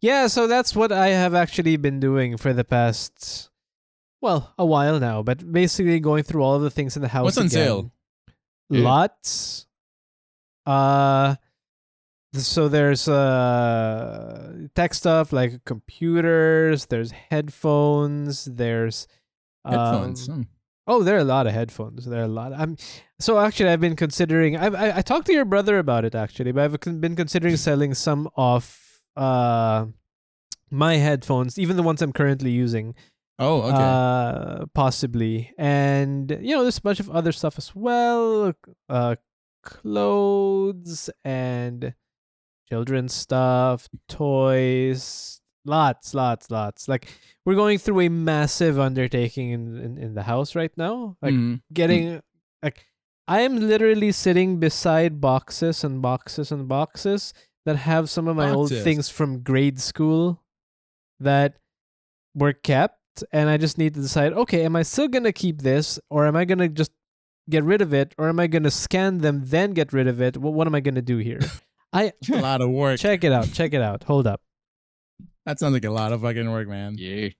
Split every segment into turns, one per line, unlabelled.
Yeah, so that's what I have actually been doing for the past, well, a while now. But basically, going through all of the things in the house.
What's on
again.
sale?
Yeah.
Lots. Uh, so there's uh tech stuff like computers. There's headphones. There's um,
Headphones. Hmm.
Oh, there are a lot of headphones. There are a lot. I'm so actually, I've been considering. I've, I I talked to your brother about it actually, but I've con- been considering selling some of uh my headphones, even the ones I'm currently using,
Oh, okay.
uh, possibly. And you know, there's a bunch of other stuff as well, uh, clothes and children's stuff, toys, lots, lots, lots. Like we're going through a massive undertaking in in, in the house right now. Like
Mhm.
getting like I am literally sitting beside boxes and boxes and boxes that have some of my old
Boxes.
things from grade school that were kept and I just need to decide okay am I still going to keep this or am I going to just get rid of it or am I going to scan them then get rid of it what, what am I going to do here I
a lot of work.
check it out check it out hold up
That sounds like a lot of fucking work, man.
Yeah.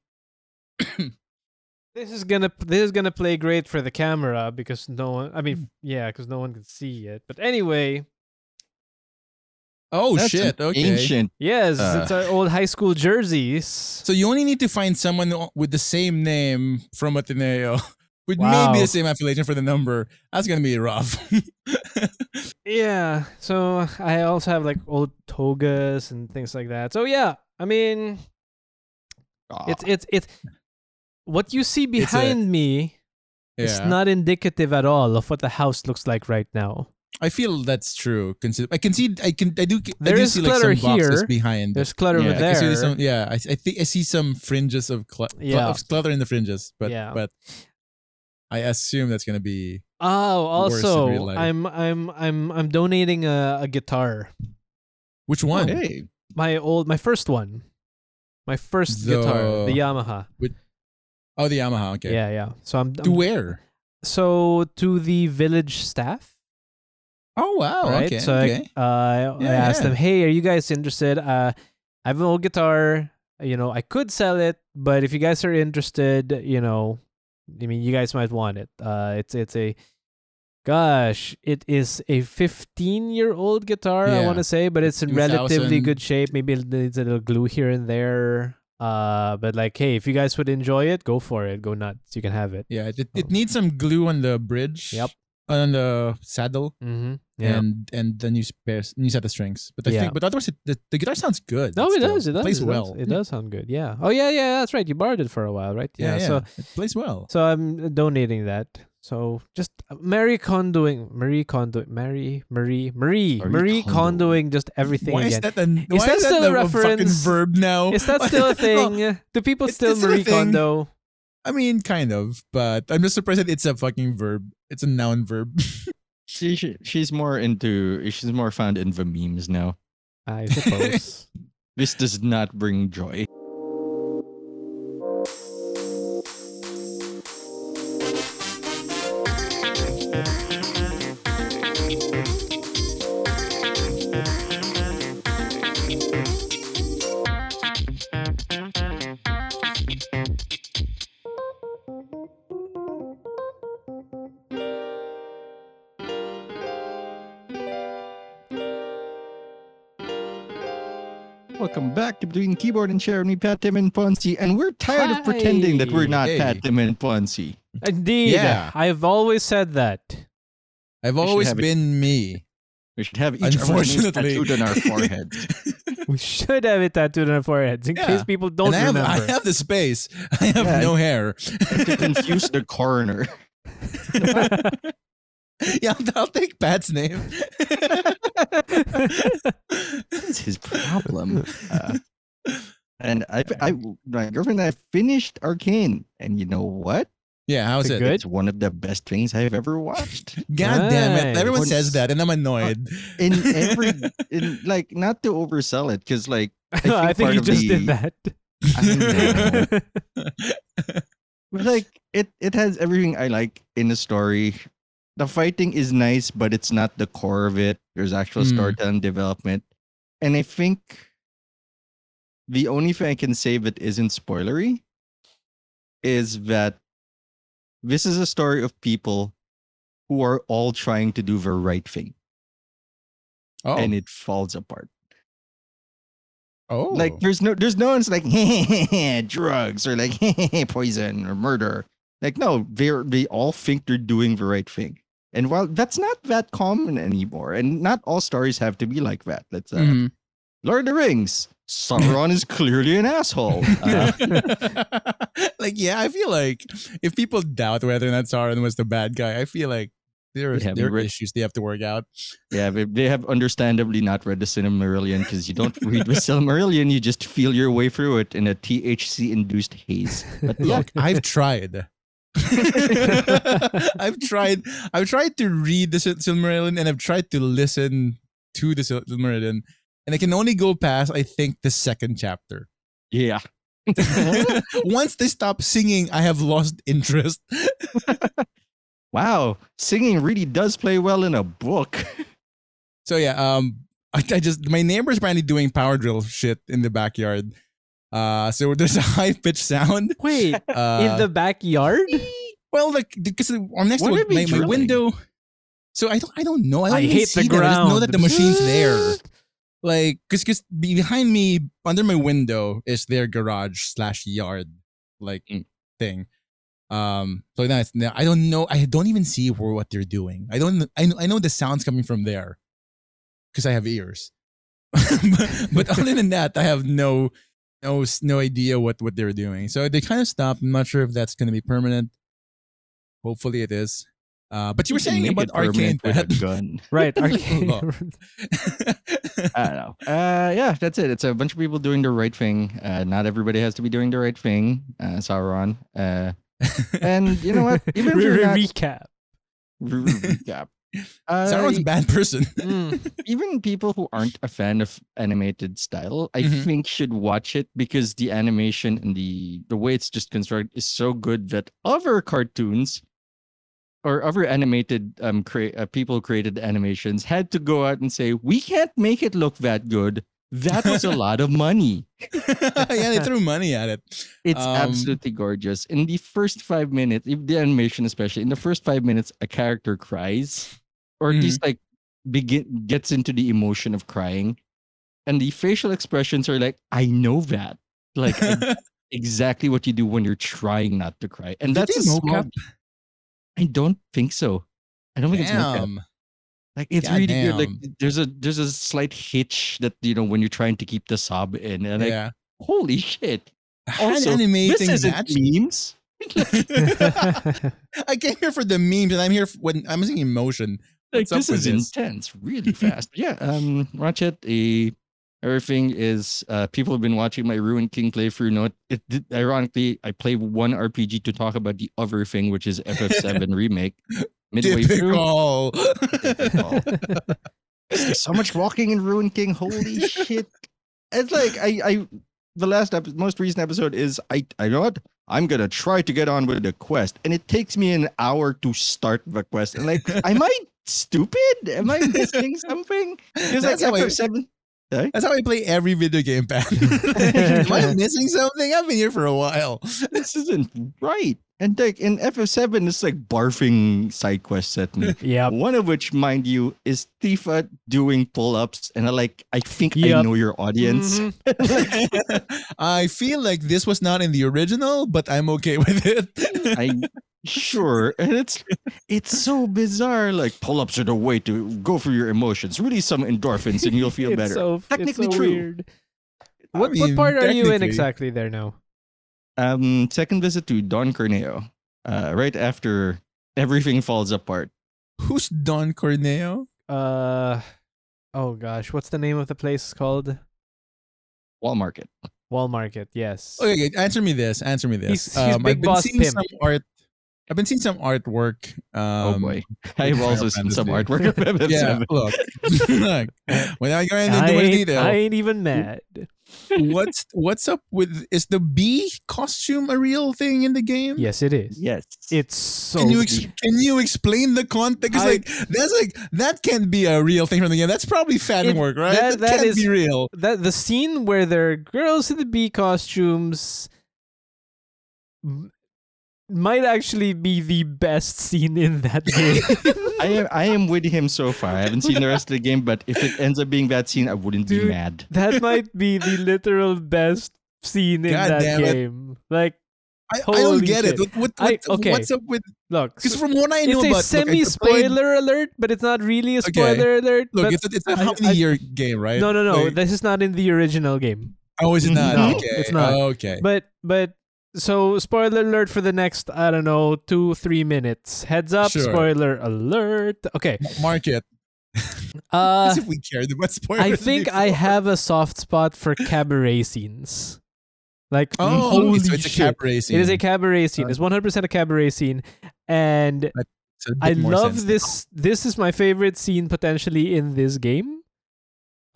this is going to this is going to play great for the camera because no one I mean yeah cuz no one can see it but anyway
Oh
That's
shit.
an
Okay.
Ancient.
Yes,
Uh,
it's our old high school jerseys.
So you only need to find someone with the same name from Ateneo, with
Wow.
maybe the same affiliation for the number. That's gonna be rough.
Yeah. So I also have like old togas and things like that. So yeah, I mean, it's it's it's what you see
Ah. It's a-
behind me is
yeah.
not indicative at all of what the house looks like right now.
I feel that's true. Consider I can see. I can. I do.
There
I do
is
see like
clutter
some boxes
here.
behind.
There's clutter
yeah,
over
I
there.
can see some, yeah, I, I think I see some fringes of, cl- cl-
Yeah.
of clutter in the fringes, but
Yeah.
but I assume that's gonna be
oh,
worse in real
also,
life.
I'm I'm I'm I'm donating a, a guitar.
which one?
Hey.
My old my first one. My first guitar, the
The-
Yamaha.
Oh, the Yamaha. Okay.
Yeah, yeah. So I'm,
To
I'm
where?
so to the village staff.
Oh wow.
right?
Okay.
So
okay.
I, uh, I
Yeah,
asked
yeah.
them, "Hey, are you guys interested? Uh, I have an old guitar. You know, I could sell it, but if you guys are interested, you know, I mean, you guys might want it. Uh, it's it's a, gosh, it is a 15 year old guitar. I
Yeah.
want to say, but it's in relatively
2000.
good shape. Maybe it needs a little glue here and there. Uh, but like, hey, if you guys would enjoy it, go for it. Go nuts. You can have it.
yeah. It, it needs some glue on the bridge.
Oh.
uh,
Yep.
On the saddle.
Mm-hmm. Yeah.
and and then you spare you set the strings. But I
Yeah.
think, but otherwise, it, the, the guitar sounds good.
No, it
still.
does. It does.
plays
it does,
well.
It does sound good. Yeah. Oh yeah, yeah. That's right. You borrowed it for a while, right?
Yeah, yeah.
So
it plays well.
so I'm donating that. So just Mary condoing, Marie condo, Mary, Marie, Marie,
Marie
Marie
Kondo.
condoing just everything
why
again.
is that? An, why
that
is
still a
that the fucking
reference?
verb now?
Is that still a
Well,
thing? Do people
it's-
still
it's still a
Marie
thing.
condo?
I mean, kind of, but I'm just surprised that it's a fucking verb. It's a noun verb.
She, she she's more into she's more found in the memes now.
I suppose.
This does not bring joy. Welcome back to Between Keyboard and Chair. Me, Pat, Tim, and Ponzi, and we're tired of pretending that we're not
Hi.
Pat, Tim, and Ponzi.
Indeed.
Yeah.
I've always said that.
I've always
have it-
been me.
We should have each of our names
Unfortunately.
tattooed on our foreheads.
We should have it tattooed on our foreheads in
Yeah.
case people don't
and I have,
remember.
I have the space. I have
Yeah.
no hair.
to confuse the coroner.
yeah, I'll, I'll take Pat's name.
That's his problem. Uh, and I, I, my girlfriend and I finished Arcane, and you know what?
yeah, how's
Is it
it?
good?
It's one of the best things I've ever watched.
God damn it!
Nice.
Everyone
What-
says that, and I'm annoyed.
In every, in like, not to oversell it, because like think
I think
part
you
of
just did
the-
that.
I know. But, like it it has everything I like in the story. The fighting is nice, but it's not the core of it. There's actual
Hmm.
storytelling development. And I think the only thing I can say that isn't spoilery is that this is a story of people who are all trying to do the right thing
Oh,
and it falls apart.
oh,
Like there's no there's no one's like drugs or like poison or murder. Like no, they are they all think they're doing the right thing. And while that's not that common anymore, and not all stories have to be like that. Let's uh,
Mhm.
Lord of the Rings. Sauron is clearly an asshole. Uh,
like yeah, I feel like if people doubt whether or not Sauron was the bad guy, I feel like there are
They haven't
there are
read-
issues they have to work out.
yeah, they, they have understandably not read the Silmarillion because you don't read the Silmarillion, you just feel your way through it in a THC-induced haze. But yeah,
Look, I've tried. I've tried. I've tried to read the Sil- Silmarillion, and I've tried to listen to the Sil- Silmarillion, and I can only go past, I think, the second chapter.
yeah.
Once they stop singing, I have lost interest.
Wow, singing really does play well in a book.
So yeah, um, I, I just my neighbor's apparently doing power drill shit in the backyard. Uh, so there's a high pitched sound.
Wait,
Uh,
in the backyard?
well, like because I'm next
What
to
are
a-
they
my, my
drilling?
window. So I don't, I don't know. I, don't
I
even
hate the
see them. I just know that the
ground.
machine's there. Like, cause, 'cause behind me, under my window, is their garage slash yard, like
Mm.
thing. Um, so now, it's, now I don't know. I don't even see where what they're doing. I don't. I know. I know the sounds coming from there, cause I have ears. but, but other than that, I have no, no, s- no idea what what they're doing. So they kind of stopped. I'm not sure if that's gonna be permanent. Hopefully, it is. Uh, but you were
can
saying
make
about
it permanent
arcane.
with
Pat.
a gun.
Right. Arcane.
Law.
I don't know. Uh, yeah, that's it. It's a bunch of people doing the right thing. Uh, not everybody has to be doing the right thing. Uh, Sauron. Uh, and you know what? Even if
Re-
you're
re-
not,
recap.
yeah. Uh,
Sauron's a bad person.
Mm.
even people who aren't a fan of animated style, I
Mhm.
think should watch it because the animation and the the way it's just constructed is so good that other cartoons or other animated um crea- uh, people who created animations had to go out and say we can't make it look that good. That was a lot of money.
yeah, they threw money at it.
It's
Um,
absolutely gorgeous. In the first five minutes, if the animation especially, in the first five minutes, a character cries, or at
Mhm.
least like begin gets into the emotion of crying, and the facial expressions are like, "I know that," like I- exactly what you do when you're trying not to cry, and
Did
that's
they
a small.
mocap?
I don't think so. I don't think it's mocap.
Damn.
Like it's really good. Like
Goddamn.
th- there's a there's a slight hitch that you know when you're trying to keep the sob in, and like
yeah.
holy shit,
How
also,
animating
this isn't
that.
memes.
I came here for the memes, and I'm here f- when I'm seeing emotion.
like
What's up
this
with
is
this?
intense, really fast. yeah, um, watch it. eh, everything is. Uh, people have been watching my Ruined King playthrough. Note, it, did ironically, I play one RPG to talk about the other thing, which is FF7 remake. Midway through,
Typical.
Typical. There's so much walking in Ruined King. Holy shit! It's like I, I, the last episode, most recent episode is I, I know what I'm gonna try to get on with the quest, and it takes me an hour to start the quest. And like, am I stupid? Am I missing something? Because like
That's how I-
episode seven.
That's how I play every video game, Pat. Am I missing something? I've been here for a while.
This isn't right. And like in FF7, it's like barfing side quests at me.
Yep.
One of which, mind you, is Tifa doing pull-ups, and I like I think I
Yep.
know your audience.
Mm-hmm.
Mhm.
I feel like this was not in the original, but I'm okay with it.
I sure, and it's it's so bizarre. Like pull-ups are the way to go for your emotions. Release some endorphins, and you'll feel
It's
better.
so- it's
Technically
so
true.
weird. What,
mean,
what part are you in
technically.
exactly there now?
Um, second visit to Don Corneo, uh, right after everything falls apart.
Who's Don Corneo?
Uh, oh gosh, what's the name of the place called?
Wall Market.
Wall Market. Yes.
Okay, okay, answer me this. Answer me
He's-
this. Um,
he's Big
I've been
Boss
seeing
Tim.
some art. I've been seeing some artwork. Um,
oh boy, I've
Final
also seen some
Fantasy.
artwork of
Yeah,
FF7.
look, look. Without going into
I,
much
ain't,
detail,
I ain't even mad.
what's what's up with is the bee costume a real thing in the game?
Yes, it is.
Yes.
It's so.
Can you ex-
deep.
can you explain the context? 'Cause,
I-
like that's like that can't be a real thing from the game. That's probably fan
It-
work, right?
that- that
can't
is-
be real.
that the scene where there are girls in the bee costumes m- might actually be the best scene in that game.
I am I am with him so far. I haven't seen the rest of the game, but if it ends up being that scene, I wouldn't be
Dude.
mad.
that might be the literal best scene in
God
that
damn it.
game. Like,
I, I don't
Holy
get
shit.
it. What, what,
I-
what's-
okay.
What's up with?
look,
Because
so
from what I know
it's a
about, look,
semi
it's played-
spoiler alert, but it's not really a
Okay.
spoiler alert.
Look,
but
it's a, it's a
I-
how many
I-
year game, right?
no, no, no.
Like,
this is not in the original game.
oh, is it not?
Mm-hmm. No,
okay.
it's not.
Okay.
But but so spoiler alert for the next I don't know two three minutes. Heads up,
Sure.
spoiler alert. Okay.
Mark it.
Uh,
As if we cared about spoilers.
I think I
before.
have a soft spot for cabaret scenes. Like
Oh,
holy
so it's a
shit!
cabaret scene.
It is a cabaret scene.
Uh,
It's one hundred percent a cabaret scene, and
It's a bit
I
more
love
sense.
this. This is my favorite scene potentially in this game.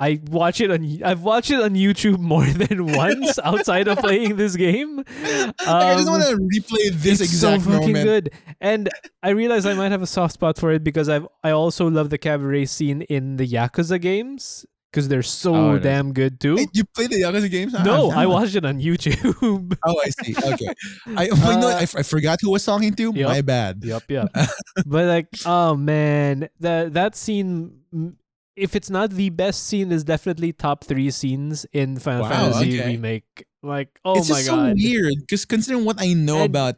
I watch it on. y- I've watched it on YouTube more than once outside of playing this game.
Like, I just
Um,
want to replay this
it's
exact
so fucking
moment.
good. And I realize I might have a soft spot for it because I've I also love the cabaret scene in the Yakuza games because they're so
Oh, it is.
damn good too.
Wait, you played the Yakuza games? Ah,
no, I
damn.
watched it on YouTube.
Oh, I see. Okay. I, oh, you know,
Uh,
I, f- I forgot who I was talking to.
Yup.
My bad.
yep, yep. but like, oh man, that that scene. mm, If it's not the best scene, is definitely top three scenes in Final
Wow,
Fantasy
okay.
remake. Like, oh
it's
my
just
god,
so weird because considering what I know
And-
about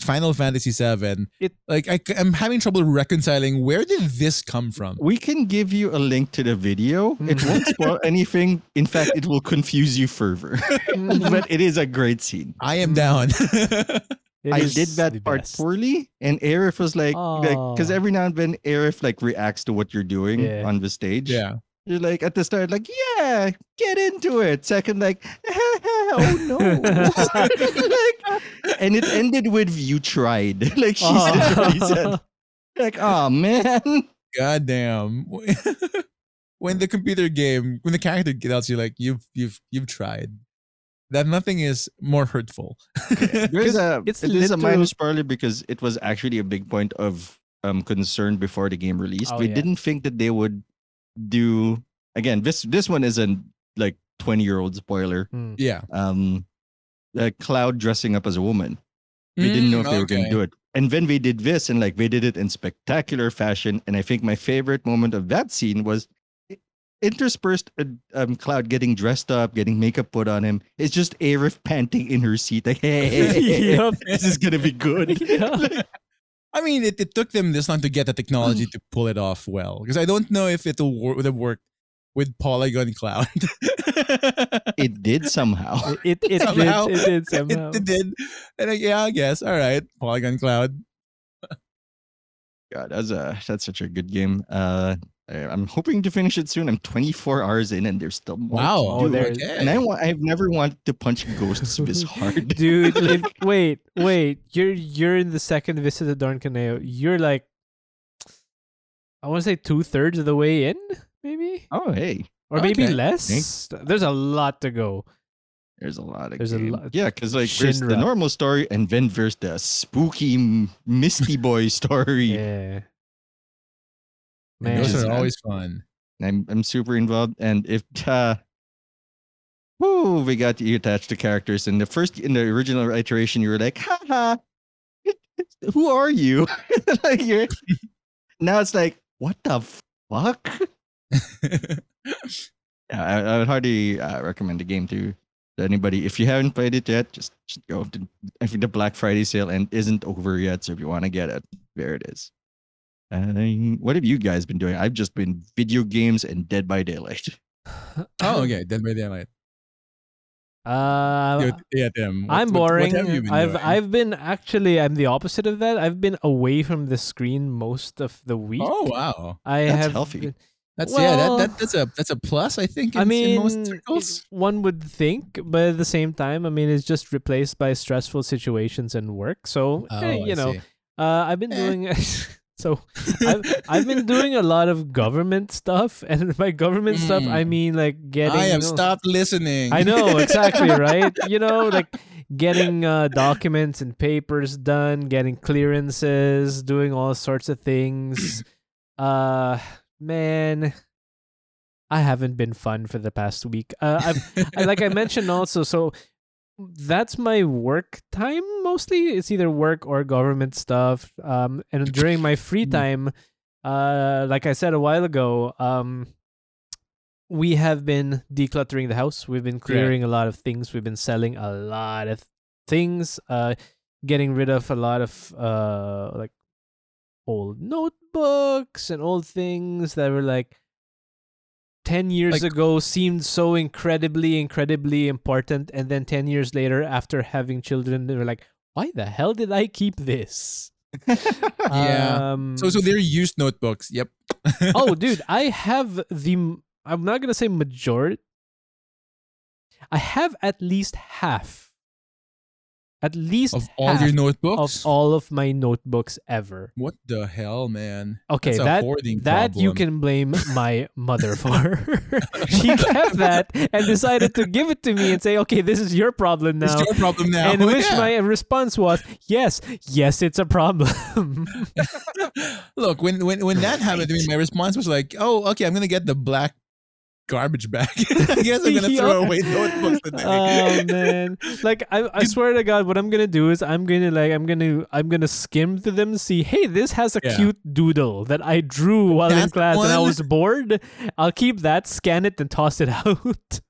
Final Fantasy VII,
It-
like I, am having trouble reconciling where did this come from?
We can give you a link to the video.
Mhm.
It won't spoil anything. In fact, it will confuse you further.
Mm,
but it is a great scene.
I am
Mm.
down.
it
I
is
did
the
that part
best.
poorly, and Arif was like, because
Aw.
every now and then Arif like reacts to what you're doing
Yeah.
on the stage.
yeah.
You're like at the start, like, yeah, get into it. Second, like, oh no. like, and it ended with you tried. like she said, what he said.
Aw.
Like, oh man.
God damn. when the computer game, when the character gets out, you're like, you've you've you've tried. That nothing is more hurtful.
There's a
it's
it's a minor
literal-
spoiler because it was actually a big point of um concern before the game released.
Oh,
we
yeah.
didn't think that they would do again, this this one isn't like 20 year old spoiler.
Mm.
yeah.
Um uh, Cloud dressing up as a woman. We didn't know if they were
Mm,
going to
Mm,
do it. And then they did this, and like they did it in spectacular fashion. And I think my favorite moment of that scene was i- interspersed uh, um, Cloud getting dressed up, getting makeup put on him. It's just Arif panting in her seat, like, hey, hey, hey, hey, hey,
Yup.
this is gonna be good.
Yeah.
I mean, it, it took them this time to get the technology to pull it off well. Because I don't know if it would have worked with Polygon Cloud. it,
It did somehow.
It it did
Somehow.
it did somehow.
it did. And I, yeah, I guess. All right. Polygon Cloud.
God, that's a that's such a good game. Uh, I- I'm hoping to finish it soon. I'm 24 hours in, and there's still more.
Wow.
to
Oh,
do.
there-
and I wa- I've never wanted to punch ghosts this hard.
dude. if- wait, wait. You're you're in the second visit to Dorncaneo. You're like, I want to say two thirds of the way in, maybe,
Oh, hey.
or maybe
Okay.
less. There's a lot to go.
There's a lot of
There's a
game.
lot-
Yeah, because like there's the
Shinra.
normal story, and then there's the spooky m- Misty Boy story.
Yeah.
And
Man,
those
Yes.
are always fun.
I'm I'm super involved, and if uh, woo, we got you attached to characters. In the first, in the original iteration, you were like, "Ha ha, who are you?" like you're, now it's like, what the fuck? Yeah, I, I would hardly uh, recommend the game to, to anybody. If you haven't played it yet, just, just go. To, I think the Black Friday sale and isn't over yet, so if you want to get it, there it is. Uh, what have you guys been doing? I've just been video games and Dead by Daylight.
oh, okay. Dead by Daylight.
Uh,
Yo, yeah, Tim. what-
I'm
what- what
boring.
have you been
I've
doing?
I've been actually I'm the opposite of that. I've been away from the screen most of the week.
Oh wow,
I
That's
have
healthy.
been-
that's yeah.
Well-
That, that that's a that's a plus. I think. In,
I mean,
in most
it-
circles.
one would think, but at the same time, I mean, it's just replaced by stressful situations and work. So, eh,
Oh, I
you know,
see.
uh, I've been
Eh.
doing So I've, I've been doing a lot of government stuff, and by government stuff, I
Mm.
mean like getting.
I have
you know-
stopped listening.
I know exactly, right? You know, like getting uh, documents and papers done, getting clearances, doing all sorts of things. Uh, man, I haven't been fun for the past week. Uh, I've I- like I mentioned also, so that's my work time mostly. It's either work or government stuff. Um, and during my free
Mm.
time, uh, like I said a while ago, um, we have been decluttering the house. We've been clearing a lot of things. We've been selling a lot of things. Uh, getting rid of a lot of uh like old notebooks and old things that were like 10 years
Like-
ago seemed so incredibly incredibly important and then 10 years later after having children they were like why the hell did i keep this
Yeah.
um,
So so they're used notebooks. Yep.
oh dude i have the m- i'm not gonna say majority i have at least half at least
of all your
half
notebooks.
of all of my notebooks ever
what the hell, man?
Okay,
That's a
that
hoarding
that you
problem.
can blame my mother for. she kept that and decided to give it to me and say, "Okay, this is your problem now."
It's your problem now.
And which
Yeah.
my response was, "Yes, yes, it's a problem."
Look, when when when that happened to me, my response was like, "Oh, okay, I'm gonna get the black garbage bag. I guess I'm gonna throw
Yup.
away notebooks today."
Oh man! Like I, I swear to God, what I'm gonna do is I'm gonna like I'm gonna I'm gonna skim through them, see, hey, this has a
Yeah.
cute doodle that I drew while in
That
class and I
one-
was bored. I'll keep that, scan it, and toss it out.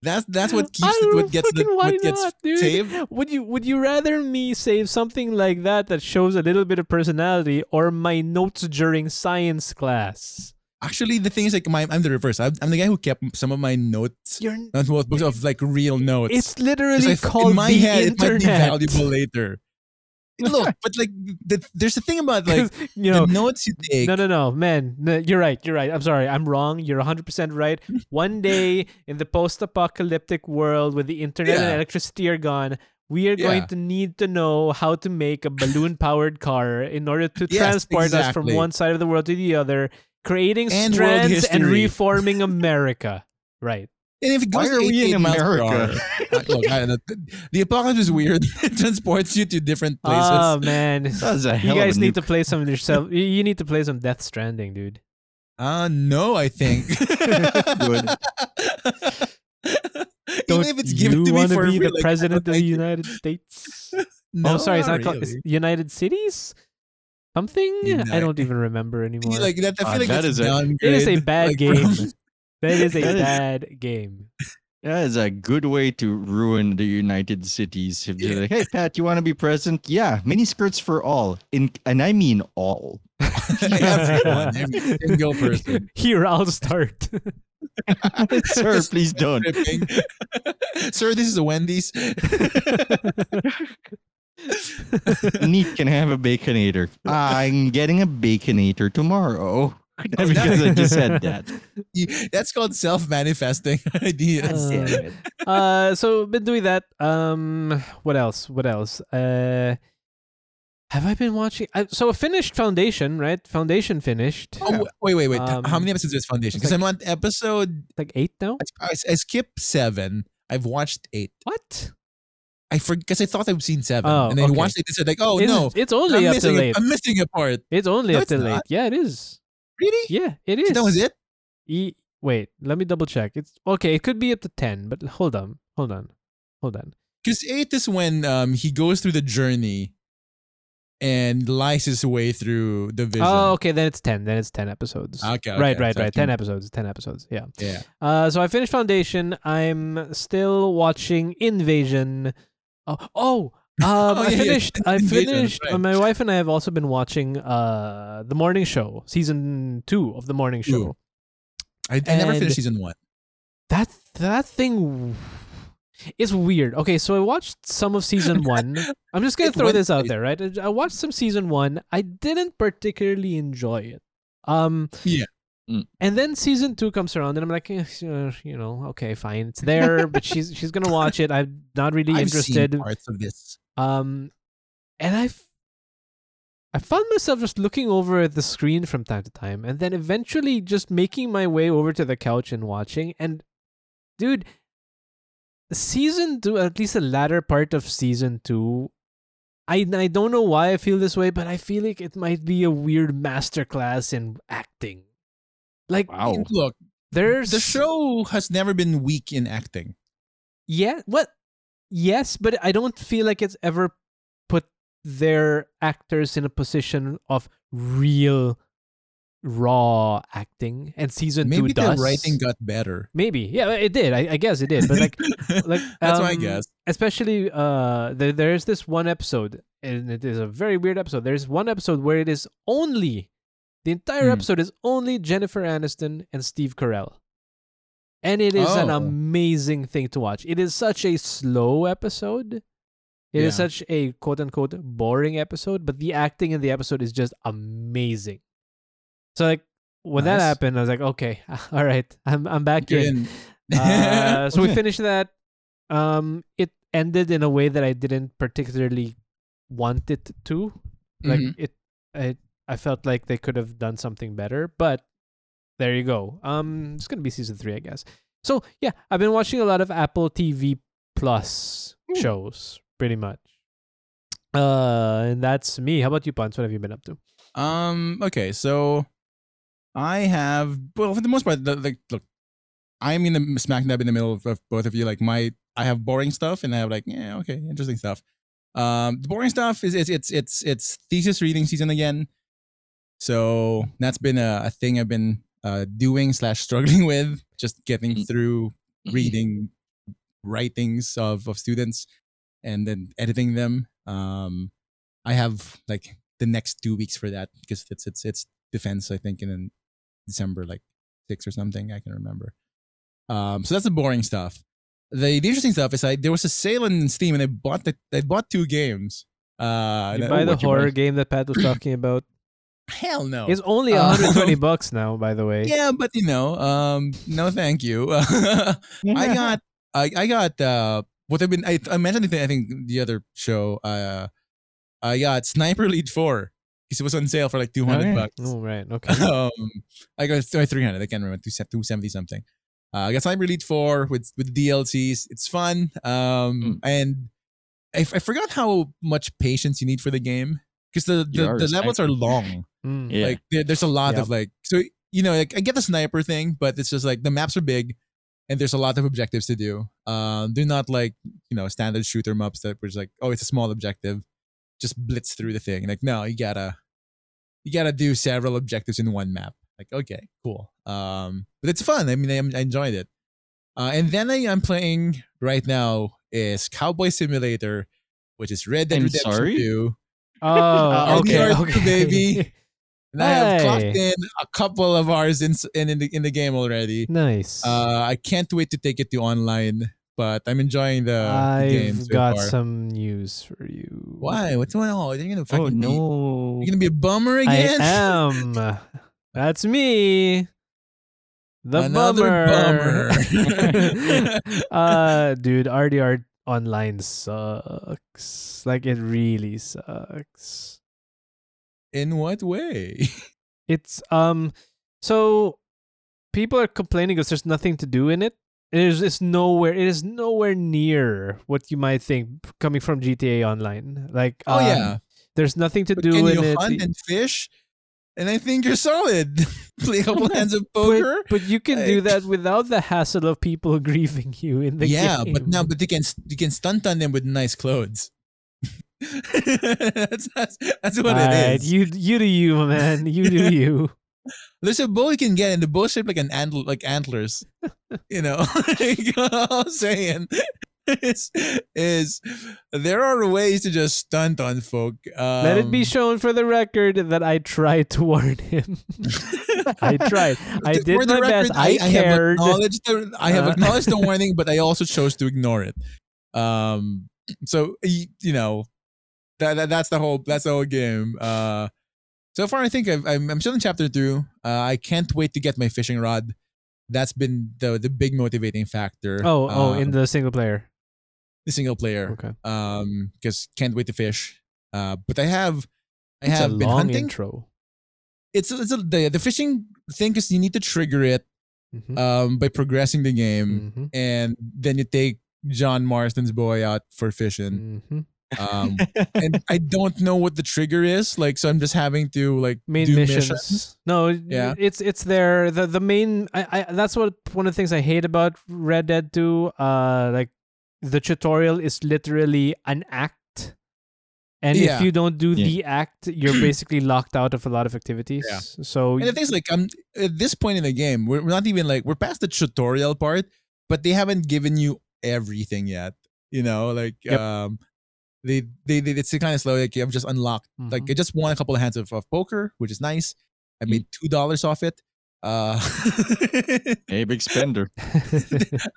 that's that's what
I
keeps
don't
what gets the,
fucking- why
what gets
not, dude?
saved.
Would you would you rather me save something like that that shows a little bit of personality or my notes during science class?
Actually, the thing is, like, my, I'm the reverse. I'm, I'm the guy who kept some of my notes,
You're
not notebooks of like real notes.
it's
'Cause
literally
I-
called
in my
the
head,
internet.
it might be valuable later. Look, but like, the, there's a thing about like
'Cause, you know,
the notes you take.
no, no, no, man. No, you're right. You're right. I'm sorry. I'm wrong. You're 100% right. One day in the post apocalyptic world with the internet and
Yeah.
electricity are gone, we are going
Yeah.
to need to know how to make a balloon powered car in order to
Yes,
transport us from
exactly.
one side of the world to the other, creating
And world
strands and
history.
reforming America. Right.
And if it
Why
goes
are
to
we
88
in
miles per
America?
hour- I- look, I- the- the apocalypse is weird. it transports you to different places.
Oh, man.
That's a
You
hell
guys
of a
need to play some yourself. You- You need to play some Death Stranding, dude.
Uh, no, I think.
Good.
Don't
Even if it's given
you
to me
wanna
for
be
free,
the
like, I
president
don't
of the
like it.
United States?
No,
oh, sorry, it's not called
really.
it's United Cities. Something I don't
United-
even remember anymore.
Like that, I
Ah,
feel like
that
that's
is a-
downgrade,
it is a bad
like,
game.
from-
That is a
That is-
bad game.
That is a good way to ruin the United Cities. If you're like, hey Pat, you want to be president? Yeah, miniskirts for all, in, and I mean all.
Everyone, every single person.
Here, I'll start.
Sir, please don't.
Tripping. Sir, this is a Wendy's.
Neat can have a baconator. I'm getting a baconator tomorrow because I just said that.
You- That's called self-manifesting ideas.
Uh, uh, so been doing that. Um, what else? What else? Uh, have I been watching? I, so I finished Foundation, right? Foundation finished.
Oh, w- wait, wait, wait.
Um,
How many episodes is Foundation?
it's
Because I'm on episode.
Like eight now.
I, I skipped seven. I've watched eight.
What?
I forgot because I thought I've seen seven,
Oh,
and then
okay.
I watched it and said like, "Oh
It's-
no,
It's only
I'm
up to
missing.
late.
A, I'm missing a part."
It's only
No,
up
it's
to
not.
late. Yeah, it is.
Really?
Yeah, it is.
That was it.
E- wait, let me double check. It's okay. It could be up to ten, but hold on, hold on, hold on.
Because eight is when um he goes through the journey, and lies his way through the vision.
Oh, okay. Then it's ten. Then it's ten episodes.
Ah, Okay,
right,
okay,
right,
so I
right. Ten
can-
episodes. Ten episodes. Yeah.
yeah.
Uh, so I finished Foundation. I'm still watching Invasion. Oh, oh. Um,
Oh,
I
yeah, yeah,
finished. I
Invasion, that's
finished.
right.
uh, my wife and I have also been watching uh, the morning show, season two of the morning show.
Ooh. I, I never
And-
finished season one.
That that thing is weird. Okay, so I watched some of season one. I'm just gonna
It
throw
went-
this out
it-
there, right? I- I watched some season one. I didn't particularly enjoy it. Um,
Yeah.
Mm.
And then season two comes around, and I'm like, eh, uh, you know, okay, fine, it's there, but she's she's gonna watch it. I'm not really
I've seen
interested.
parts of this.
Um, and I've I found myself just looking over at the screen from time to time and then eventually just making my way over to the couch and watching. And dude, season two, at least the latter part of season two, I, I don't know why I feel this way, but I feel like it might be a weird masterclass in acting. Like,
Wow.
Look,
there's
the show has never been weak in acting.
Yeah, what? Yes, but I don't feel like it's ever put their actors in a position of real raw acting. And season
Maybe
two
the
does.
writing got better.
Maybe, yeah, it did. I, I guess it did. But like, like
that's what I
um,
guess.
Especially, uh, there, there's this one episode, and it is a very weird episode. There's one episode where it is only the entire
Hmm.
episode is only Jennifer Aniston and Steve Carell, and it is an
Oh.
amazing thing to watch. It is such a slow episode. It is
Yeah.
such a quote unquote boring episode, but the acting in the episode is just amazing. So like when that
Nice.
happened, I was like, okay, all right, I'm I'm back
You're
in.
in.
Uh, so we
Okay.
finished that. Um, it ended in a way that I didn't particularly want it to. Like
Mhm.
it, I, I felt like they could have done something better. But there you go. Um, it's gonna be season three, I guess. So yeah, I've been watching a lot of Apple TV Plus
Ooh.
shows, pretty much. Uh, and that's me. How about you, Pons? What have you been up to?
Um. Okay. So, I have. Well, for the most part, the, like, look, I'm in the smack dab in the middle of, of both of you. Like, my I have boring stuff, and I have like, yeah, okay, interesting stuff. Um, the boring stuff is it's it's it's it's thesis reading season again. So that's been a, a thing I've been uh, doing slash struggling with, just getting
Mhm.
through reading writings of, of students and then editing them. Um, I have like the next two weeks for that because it's it's it's defense I think and then December like six or something I can remember. Um, so that's the boring stuff. The, the interesting stuff is I there was a sale on Steam and I bought the I bought two games. Uh,
Did you
and I-
buy
oh,
the
what you buy?
horror game that Pat was talking about?
Hell no.
It's only
Uh,
120 bucks now, by the way.
yeah, but you know, um, no, thank you. I got I, I got uh what I've been I, I mentioned it, I think the other show uh I got Sniper Lead 4 because it was on sale for like 200
Alright.
bucks.
Oh right, okay.
Um I got sorry, 300 I can't remember 270 270 something. Uh, I got Sniper Lead 4 with with DLCs. It's fun. Um and I, f- I forgot how much patience you need for the game because the
You
the,
are
the levels are
respected.
long.
Mm.
Yeah.
Like there, there's a lot
Yep.
of like so you know like I get the sniper thing, but it's just like the maps are big, and there's a lot of objectives to do. Um, they're not like you know standard shooter maps that was like oh it's a small objective, just blitz through the thing. Like no, you gotta you gotta do several objectives in one map. Like okay, cool. Um, but it's fun. I mean, I, I enjoyed it. Uh, and then I am playing right now is Cowboy Simulator, which is Red Dead
I'm
Redemption
sorry?
2.
Oh,
Uh,
we
okay,
are
okay,
two, baby. And I have clocked
Hey.
in a couple of hours in in, in, the, in the game already.
Nice.
Uh, I can't wait to take it to online, but I'm enjoying the, the game.
I've
So
got
far.
some news for you.
Why? What's going on? You're gonna
Oh
fucking be,
no.
you're gonna be a bummer
I
again.
am. That's me. The
Another
bummer.
bummer.
uh, dude, RDR online sucks. Like it really sucks.
in what way?
It's um so people are complaining because there's nothing to do in it. It is it's nowhere it is nowhere near what you might think p- coming from GTA online. Like
Oh
um,
yeah.
There's nothing to
But
do
can
in
you
it.
hunt
The-
and fish? And I think you're solid. Play a couple hands of
but,
poker.
but you can do
Like-
that without the hassle of people grieving you in the
yeah,
game.
but no, but you can you can stunt on them with nice clothes. that's, that's that's what it
Alright,
is.
You you do you, my man. You do you.
There's a bow you can get, and the bow shaped like an antler, like antlers. you know, Like, all I'm saying is, is there are ways to just stunt on folk. Um,
Let it be shown for the record that I tried to warn him. I tried. I
For
did
the
my best.
record,
I, cared.
Have acknowledged the, I have
Uh.
acknowledged the warning, but I also chose to ignore it. Um, so y- you know, that, that that's the whole that's the whole game. Uh, so far, I think I've, I'm I'm still in chapter two. Uh, I can't wait to get my fishing rod. That's been the the big motivating factor.
Oh, oh,
uh,
in the single player.
the single player
Okay.
um because can't wait to fish uh but i have I have
it's a
been
long
hunting.
intro.
It's it's a, the the fishing thing because you need to trigger it
Mhm.
um by progressing the game,
Mhm.
and then you take John Marston's boy out for fishing.
Mhm.
Um, and I don't know what the trigger is like, so I'm just having to like
Main
do
missions. No,
Yeah.
yeah. it's it's there. The the main I, I that's what one of the things I hate about Red Dead 2. Uh like the tutorial is literally an act. And
Yeah.
if you don't do
Yeah.
the act, you're basically locked out of a lot of activities.
Yeah.
So
And the thing's like, I'm at this point in the game, we're, we're not even like we're past the tutorial part, but they haven't given you everything yet. You know, like
Yep.
um, they they, they it's kind of slow. Like I've just unlocked. Like
Mhm.
I just won a couple of hands of, of poker, which is nice. I made two dollars off it. Uh,
Hey, big spender.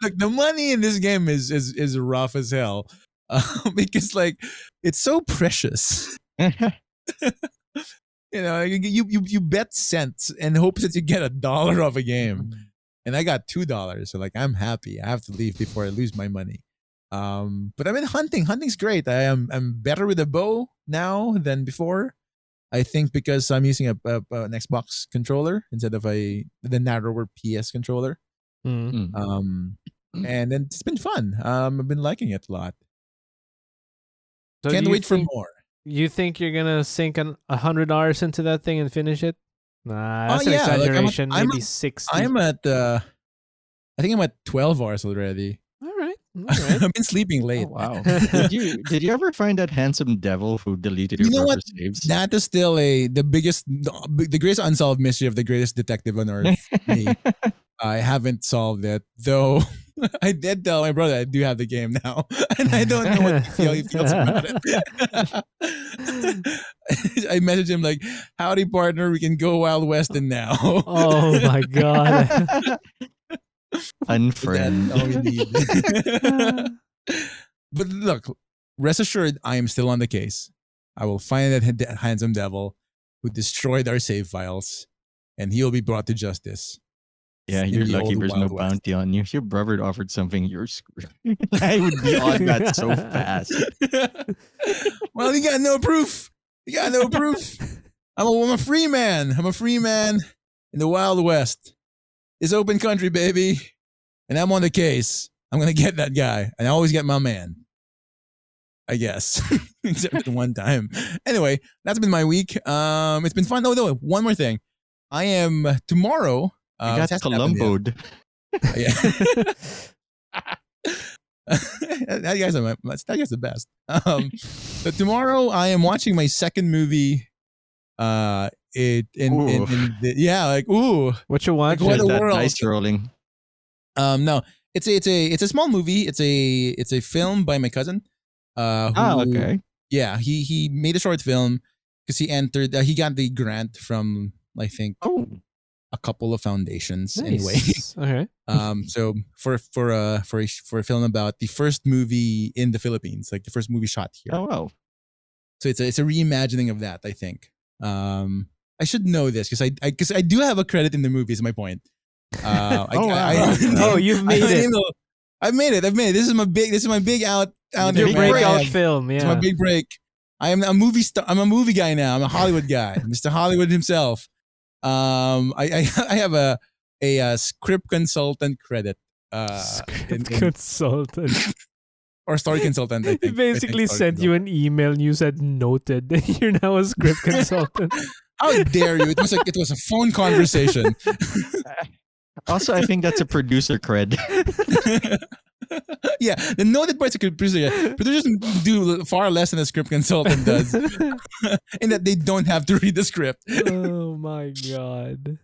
like the money in this game is is is rough as hell uh, because like it's so precious.
Hmm.
You know, you you you, you bet cents and hope that you get a dollar off a game, and I got two dollars. So like, I'm happy. I have to leave before I lose my money. Um, but I've been hunting. Hunting's great. I am I'm better with a bow now than before. I think because I'm using a, a, an Xbox controller instead of a the narrower PS controller.
Mm.
Um, and then it's been fun. Um, I've been liking it a lot.
So
Can't
do you
wait for
think-
more.
You think you're gonna sink an a hundred dollars into that thing and finish it? Nah,
Oh,
that's
yeah, like,
an
I'm a-
exaggeration.
I'm a-
Maybe sixty.
I'm at uh, I think I'm at 12 hours already.
all right, all right.
I've been sleeping
Oh,
late.
wow. did you did you ever find that handsome devil who deleted your
You know what?
brother's saves?
That is still a the biggest, the the greatest unsolved mystery of the greatest detective on earth. me. I haven't solved it, though. I did tell my brother I do have the game now, and I don't know what he, feel, he feels about it. I messaged him like, "Howdy, partner. We can go Wild West and now."
oh my god.
Unfriend.
That's all we need. but look, rest assured, I am still on the case. I will find that hand- that handsome devil who destroyed our save files, and he will be brought to justice.
Yeah,
in
you're
the
lucky
old
there's no
Wild West.
bounty on you. If your brother offered something, you're screwed. I would be on that so fast.
well, you got no proof. You got no proof. I'm a, I'm a free man. I'm a free man in the Wild West. It's open country, baby. And I'm on the case. I'm going to get that guy. And I always get my man. I guess. Except the one time. Anyway, that's been my week. Um, it's been fun. Oh, no, one more thing. I am uh, tomorrow. Uh,
I
it
got
hasn't happened yet.
Columboed.
Yeah. that guy's are my, that's- that guy's the best. Um, but tomorrow I am watching my second movie. Uh, it in, in,
Ooh.
in the, yeah, like ooh,
What you want?
What
There's
a
that
world.
dice rolling.
um, no, it's a it's a it's a small movie. It's a it's a film by my cousin. Uh,
Ah,
who-
okay.
Yeah, he he made a short film because he entered. Uh, he got the grant from I think
Oh,
a couple of foundations. Anyway,
Nice. Okay.
Um, so for for uh for a, for a film about the first movie in the Philippines, like the first movie shot here.
oh wow.
So it's a, it's a reimagining of that, I think. Um, I should know this because I because I, do have a credit in the movie. Is my point. Uh, I,
Oh,
I,
wow.
I,
Oh, you've
I,
made it.
know. I've made it. I've made it. This is my big. This is my big out. out
Your
there,
big
man.
break.
breakout
I have-
film.
It's my
Yeah.
big break. I am a movie star. I'm a movie guy now. I'm a Hollywood guy, Mr. Hollywood himself. Um, I I, I have a a, uh script consultant credit. Uh,
Script
in- in-
consultant.
or story consultant. I
He
think. I think
basically
story
sent you
consultant.
an email and you said noted. You're now a script consultant.
How dare you? It was a it was a phone conversation.
Also, I think that's a producer cred.
yeah, the noted parts of producer. Producers do far less than a script consultant does, in that they don't have to read the script.
oh my god.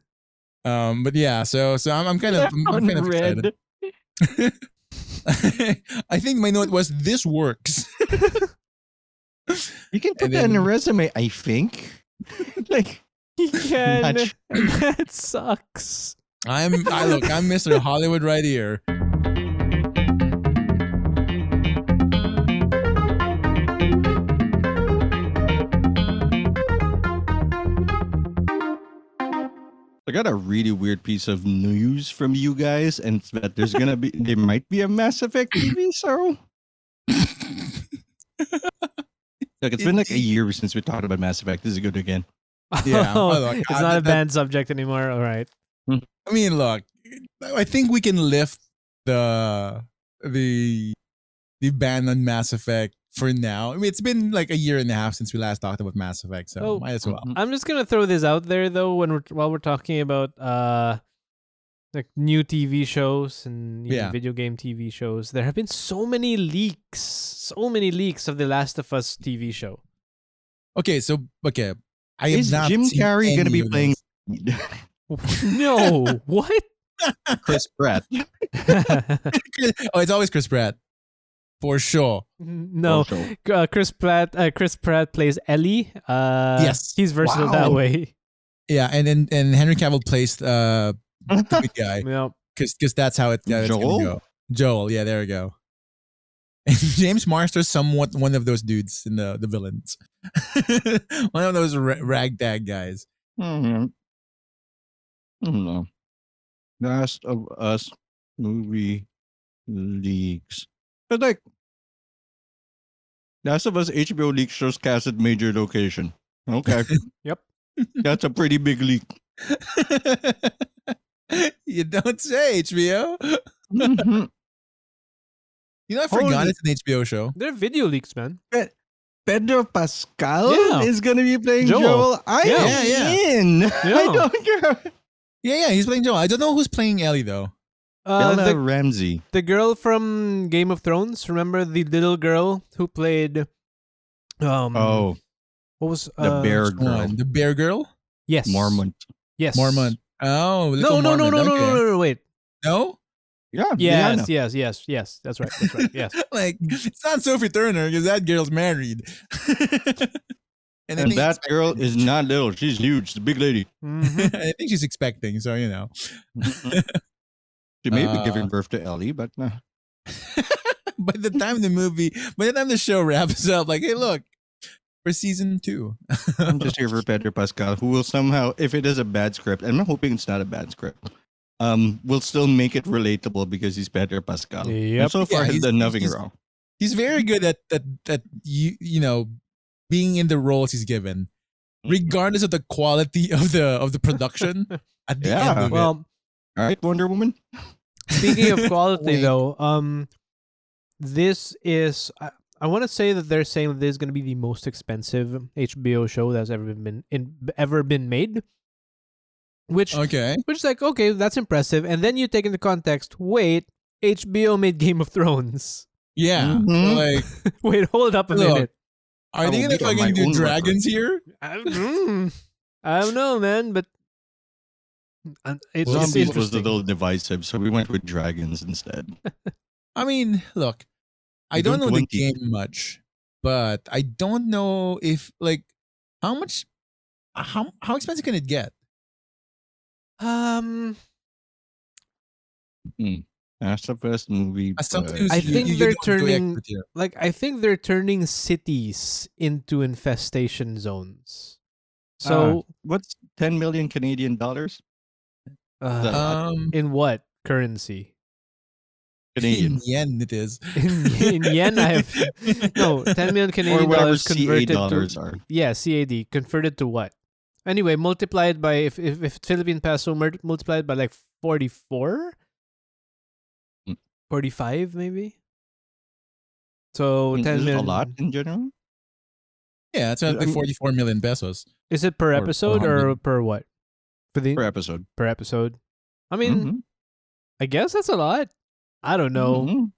Um, but yeah, so so I'm, I'm kind of I'm, I'm kind of excited.
Unread.
I think my note was this works.
You can put
And
that in a
then-
resume, I think. like,
He can.
Much.
that sucks.
I'm I look I'm Mr. Hollywood right here.
I got a really weird piece of news from you guys, and it's that there's gonna be there might be a Mass Effect TV show. Look, it's been like a year since we talked about Mass Effect. This is good again.
Yeah,
Oh,
by the way,
it's
I-
not a
that-
banned subject anymore. All right.
I mean, look, I think we can lift the the the ban on Mass Effect for now. I mean, it's been like a year and a half since we last talked about Mass Effect, so
Oh.
might as well.
I'm just gonna throw this out there though when we're while we're talking about uh like new TV shows and you know,
Yeah.
video game TV shows, there have been so many leaks, so many leaks of the Last of Us TV show.
Okay, so okay, I have
Is
not
Jim
seen
Carrey
any
gonna be
of
playing-
those.
no, what?
Chris Pratt.
oh, it's always Chris Pratt for sure.
no,
Also.
uh, Chris Pratt. Uh, Chris Pratt plays Ellie. Uh,
Yes.
he's versatile that
Wow.
way.
Yeah, and then and Henry Cavill plays uh the good guy
No,
because that's how it uh, it's gonna
Joel?
go. Joel, yeah, there we go. And James Marsters, somewhat one of those dudes in the the villains, one of those ra- ragtag guys.
Mm-hmm.
hmm I don't know. Last of Us movie leaks. But like Last of Us HBO leak shows cast at major location. Okay.
Yep.
That's a pretty big leak.
you don't say HBO.
Mm-hmm.
Mhm.
You know, I
Holy-
forgot it's an HBO show.
they're video leaks, man.
Pedro Pascal
Yeah.
is gonna be playing
Joel.
Joel. I
Yeah.
Yeah, yeah.
am in. I
Yeah.
don't care.
Yeah, yeah, he's playing Joel. I don't know who's playing Ellie though.
Uh,
Bella
the
Ramsey.
The girl from Game of Thrones, remember the little girl who played um
Oh,
what was
the
uh,
bear
Which
girl.
one? the bear girl,
Yes.
Mormon.
Yes.
Mormon. Oh,
No,
Little
no, no, no, no,
Mormon.
no,
Okay.
no, no, wait.
No?
Yeah.
Yes,
Diana.
yes, yes, yes. That's right. That's right. Yes.
like it's not Sophie Turner because that girl's married. and I
And
think
that
expecting-
girl is not little. She's huge. The big lady.
Mhm.
I think she's expecting, so you know.
she may be
Uh,
giving birth to Ellie, but no.
By the time the movie, by the time the show wraps up, like, hey, look, for season two.
I'm just here for Pedro Pascal, who will somehow, if it is a bad script, and I'm hoping it's not a bad script, um, will still make it relatable because he's Pedro Pascal. And
Yep.
so far,
Yeah,
he's
he's-
done nothing
he's-
wrong.
He's very good at that that you you know being in the roles he's given,
Mm-hmm.
regardless of the quality of the of the production at the end
Yeah.
of it.
Well,
All right, Wonder Woman.
speaking of quality
Wait.
though, um this is I, I want to say that they're saying that this is going to be the most expensive HBO show that's ever been in, ever been made. Which
Okay.
Which is like, okay, that's impressive. And then you take into context, wait, HBO made Game of Thrones.
Yeah. So,
Mhm.
like,
wait, hold up a
Look.
minute.
are
I
they
will
gonna
beat on my
fucking do
own record.
dragons here?
I, mm, I don't know, man, but uh, it's,
Well,
it's
Zombies was a
interesting.
little divisive, so we went with dragons instead.
I mean, look, I
You
don't,
don't
know the
want it.
game much, but I don't know if like how much uh, how how expensive can it get?
Um,
Last of Us movie. uh,
As somebody
but-
who's-
I
you-
think
you
they're
don't do
turning-
expert here.
like I think they're turning cities into infestation zones. So,
what's 10 million Canadian dollars?
uh,
that-
um
in what currency?
in
Canadian.
yen it is.
In, in yen, I have no ten million Canadian
or whatever
dollars
CA
converted to
dollars are.
Yeah, CAD converted to what? Anyway, multiplied by if if, if Philippine peso mul- multiplied by like 44
Mm.
45 maybe. So
Mm, Is
10
it a
million-
lot in general?
Yeah, it's about
I
like
um,
mean-
44 million pesos.
Is it per
Or
episode or
400.
per what? For the
Per
per,
episode.
episode. I mean,
Mhm.
I guess that's a lot. I don't know.
Mhm.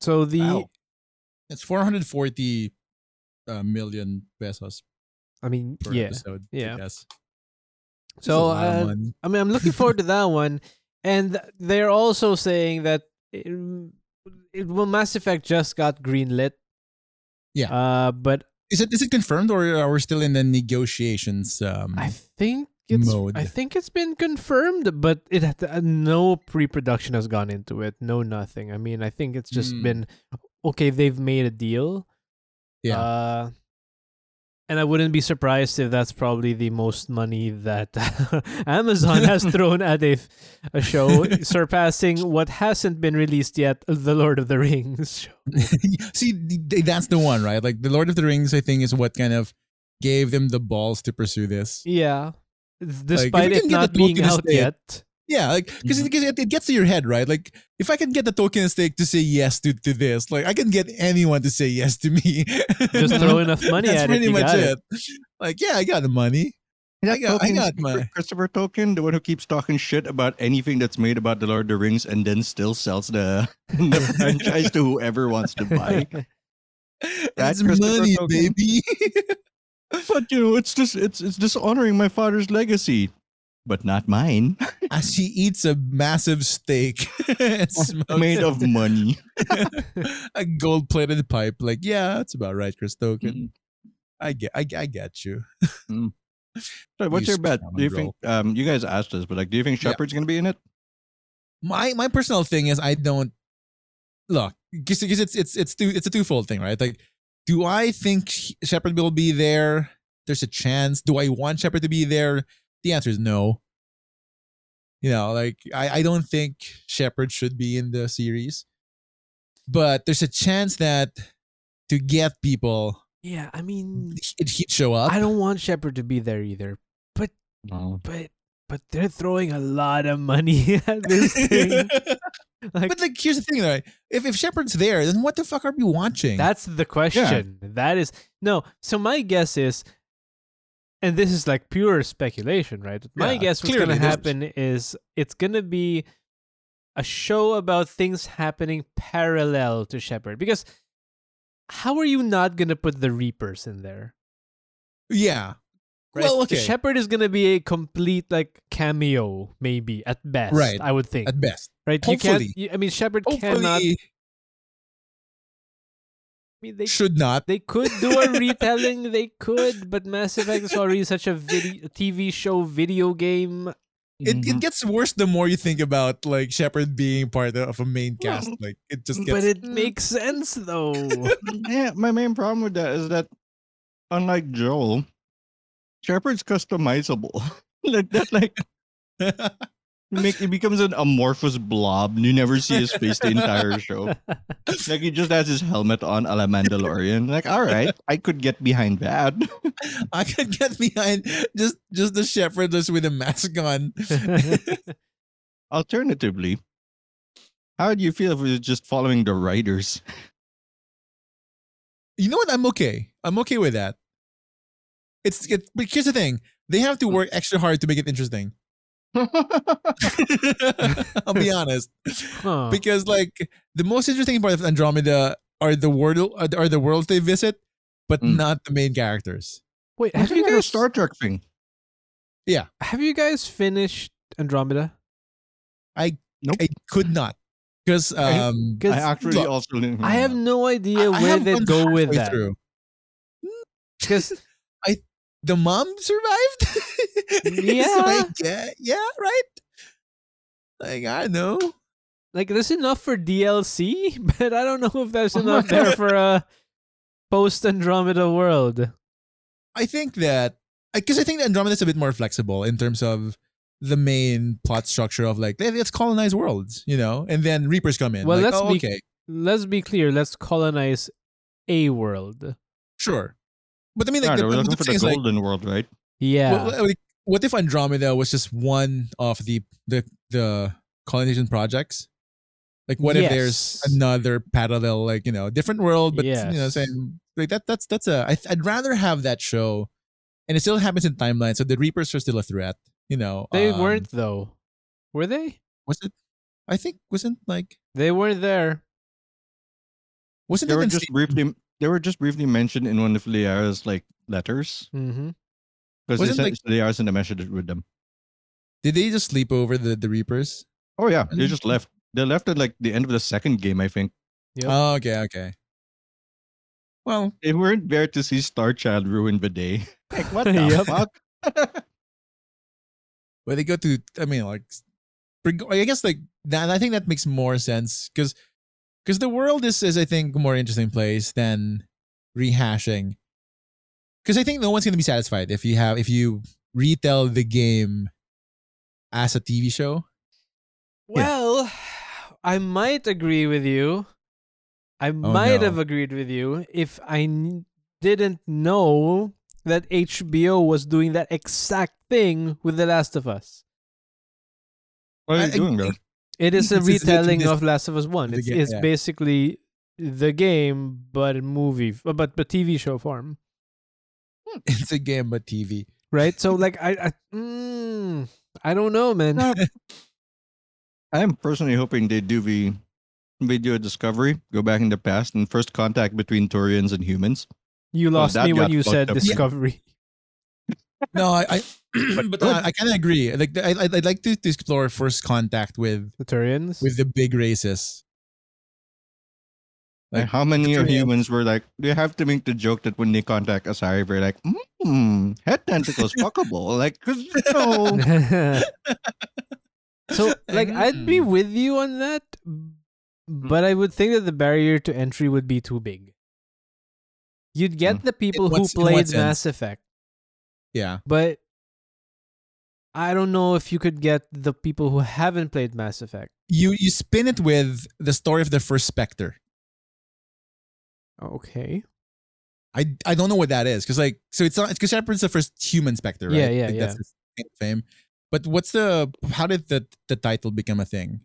So the
Wow.
It's 440 uh, million pesos
I mean,
per
yeah.
episode.
yeah.
Yes.
So uh, I mean, I'm looking forward to that one. And th- they're also saying that it, it, well, Mass Effect just got greenlit.
Yeah.
Uh, but
is it is it confirmed or are we still in the negotiations? Um,
I think it's
Mode.
I think it's been confirmed, but it had uh, no pre-production has gone into it. No nothing. I mean, I think it's just
Hmm.
been okay. They've made a deal.
Yeah.
Uh, And I wouldn't be surprised if that's probably the most money that Amazon has thrown at a, f- a show, surpassing what hasn't been released yet, The Lord of the Rings. show.
See, th- that's the one, right? Like the Lord of the Rings, I think, is what kind of gave them the balls to pursue this.
Yeah. Despite
can
it
get
not
the tool
being
to the
out
state,
yet.
Yeah, like because
Mm-hmm.
Mhm.
it, it gets to your head, right? Like if I can get the token stake to say yes to, to this, like I can get anyone to say yes to me.
Just throw enough money
That's
at it.
pretty
you
much
got
it. Like yeah, I got the money.
That
I got- I
token's
got my-
Christopher Token, the one who keeps talking shit about anything that's made about the Lord of the Rings and then still sells the, the franchise to whoever wants to buy. That
That's
Christopher
money,
token.
baby.
But you know, it's just it's it's dishonoring my father's legacy, but not mine.
As she eats a massive steak, and
Oh,
smokes
made of money.
a gold-plated pipe. Like yeah, that's about right, Chris
Mm.
Token. I get, I, I get you.
So what's
You
your bet? Do you think
scoundrel.
um you guys asked us, but like do you think
Yeah.
Shepard's gonna be in it?
my my personal thing is I don't look because it's it's it's two, it's a twofold thing, right? Like, do I think Sh- Shepard will be there? There's a chance. Do I want Shepard to be there? The answer is no. You know, like I, I don't think Shepard should be in the series, but there's a chance that to get people,
Yeah, I mean,
he- he'd show up.
I don't want Shepard to be there either,
No.
but but they're throwing a lot of money at this thing. Like,
but like, here's the thing, right? If if Shepard's there, then what the fuck are we watching?
That's the question. That is no. So my guess is, and this is like pure speculation, right? My
Yeah,
guess what's
clearly
gonna
it is.
happen is it's gonna be a show about things happening parallel to Shepard. Because how are you not gonna put the Reapers in there?
yeah.
Right?
Well, okay.
Shepard is gonna be a complete like cameo, maybe at best.
Right.
I would think.
at best.
right.
hopefully.
You can't. You, I mean, Shepard
Hopefully,
cannot. I mean, they
should not.
They could do a retelling. they could, but Mass Effect is already such a video, TV show, video game.
It,
Mm-hmm.
it gets worse the more you think about like Shepard being part of a main cast. Like it just gets. Mm.
But it makes sense though.
yeah, my main problem with that is that unlike Joel, Shepard's customizable. like that like make it becomes an amorphous blob. You never see his face the entire show. Like he just has his helmet on a la Mandalorian. Like, all right, I could get behind that.
I could get behind just just the Shepard just with a mask on.
Alternatively, how do you feel if we're just following the writers?
You know what? I'm okay. I'm okay with that. It's it, but here's the thing. They have to work extra hard to make it interesting. I'll be honest.
Huh.
because like the most interesting part of Andromeda are the world are the, are the worlds they visit, but
Mm.
not the main characters.
Wait,
I
have you
think a
guys
Star Trek thing.
have you guys finished Andromeda?
I could not because um
I
'Cause
actually
Look,
also didn't
I have no idea
I- I
where
have
they'd
gone
go with
halfway
that.
through.
Because
the mom survived. It's
Yeah.
like, yeah, yeah, right. Like I know.
like, there's enough for DLC, but I don't know if there's
Oh
enough there for a post Andromeda world.
I think that because I think that Andromeda is a bit more flexible in terms of the main plot structure of like let- let's colonize worlds, you know, and then Reapers come in.
Well,
like,
let's
oh,
be-
okay,
Let's be clear. Let's colonize a world.
sure. But I mean,
No,
like,
they
the,
were
the-
looking
the
for
thing is,
the
like,
golden world, right?
Yeah.
Well, like, what if Andromeda was just one of the the the colonization projects? Like, what if there's
Yes.
another parallel, like you know, different world, but you know,
Yes.
same. Like that. That's that's a. I, I'd rather have that show, and it still happens in timeline. So the Reapers are still a threat. You know,
They
um,
weren't though. Were they?
Was it? I think wasn't like
They weren't there.
wasn't
They
it
were
in
just
Se-
briefly they were just briefly mentioned in one of Liara's like letters.
Mm-hmm.
Because they
Wasn't,
sent
like-
Liara sent a message with them.
Did they just sleep over the the Reapers?
Oh yeah, they
Mhm.
just left. They left at like the end of the second game, I think.
Yep.
Oh, okay, okay. Well,
They weren't there to see Star Child ruin the day. Like what the
Yep.
fuck?
where they go to i mean like reg- i guess like that i think that makes more sense because because the world is is i think a more interesting place than rehashing because I think no one's gonna be satisfied if you have if you retell the game as a TV show. Yeah.
Well, I might agree with you. I
Oh,
might have agreed with you if I n- didn't know that HBO was doing that exact thing with The Last of Us.
What are
I-
you doing there?
It is a
Mm, It's- it's literally
retelling
just
of Last of Us One.
the
It's,
game,
it's
yeah.
basically the game, but in movie, but but TV show form,
It's a game but TV.
right? So like I, I, mm, I don't know, man.
No. I am personally hoping they do the video discovery, go back in the past, and first contact between Turians and humans.
You
Oh,
lost
that
me when
got
you
fucked
said
up. Yeah.
Discovery.
No, I, I but uh, I kind of agree. Like I, I'd I'd like to, to explore first contact with
The Turians.
with the big races.
Like,
Like,
how many of
Turians.
humans were like, they have to make the joke that when they contact Asari, we're like, mmm, head tentacles fuckable. Like, cause you know,
so like I'd
Mm.
be with you on that, but I would think that the barrier to entry would be too big. You'd get the people who
what's- in what
played
sense?
Mass Effect,
Yeah,
but I don't know if you could get the people who haven't played Mass Effect.
you you spin it with the story of the first Spectre.
Okay.
I I don't know what that is because like so it's not because Shepard's the first human Spectre, right?
Yeah, yeah,
like,
yeah.
That's his claim to fame. But what's the how did the the title become a thing?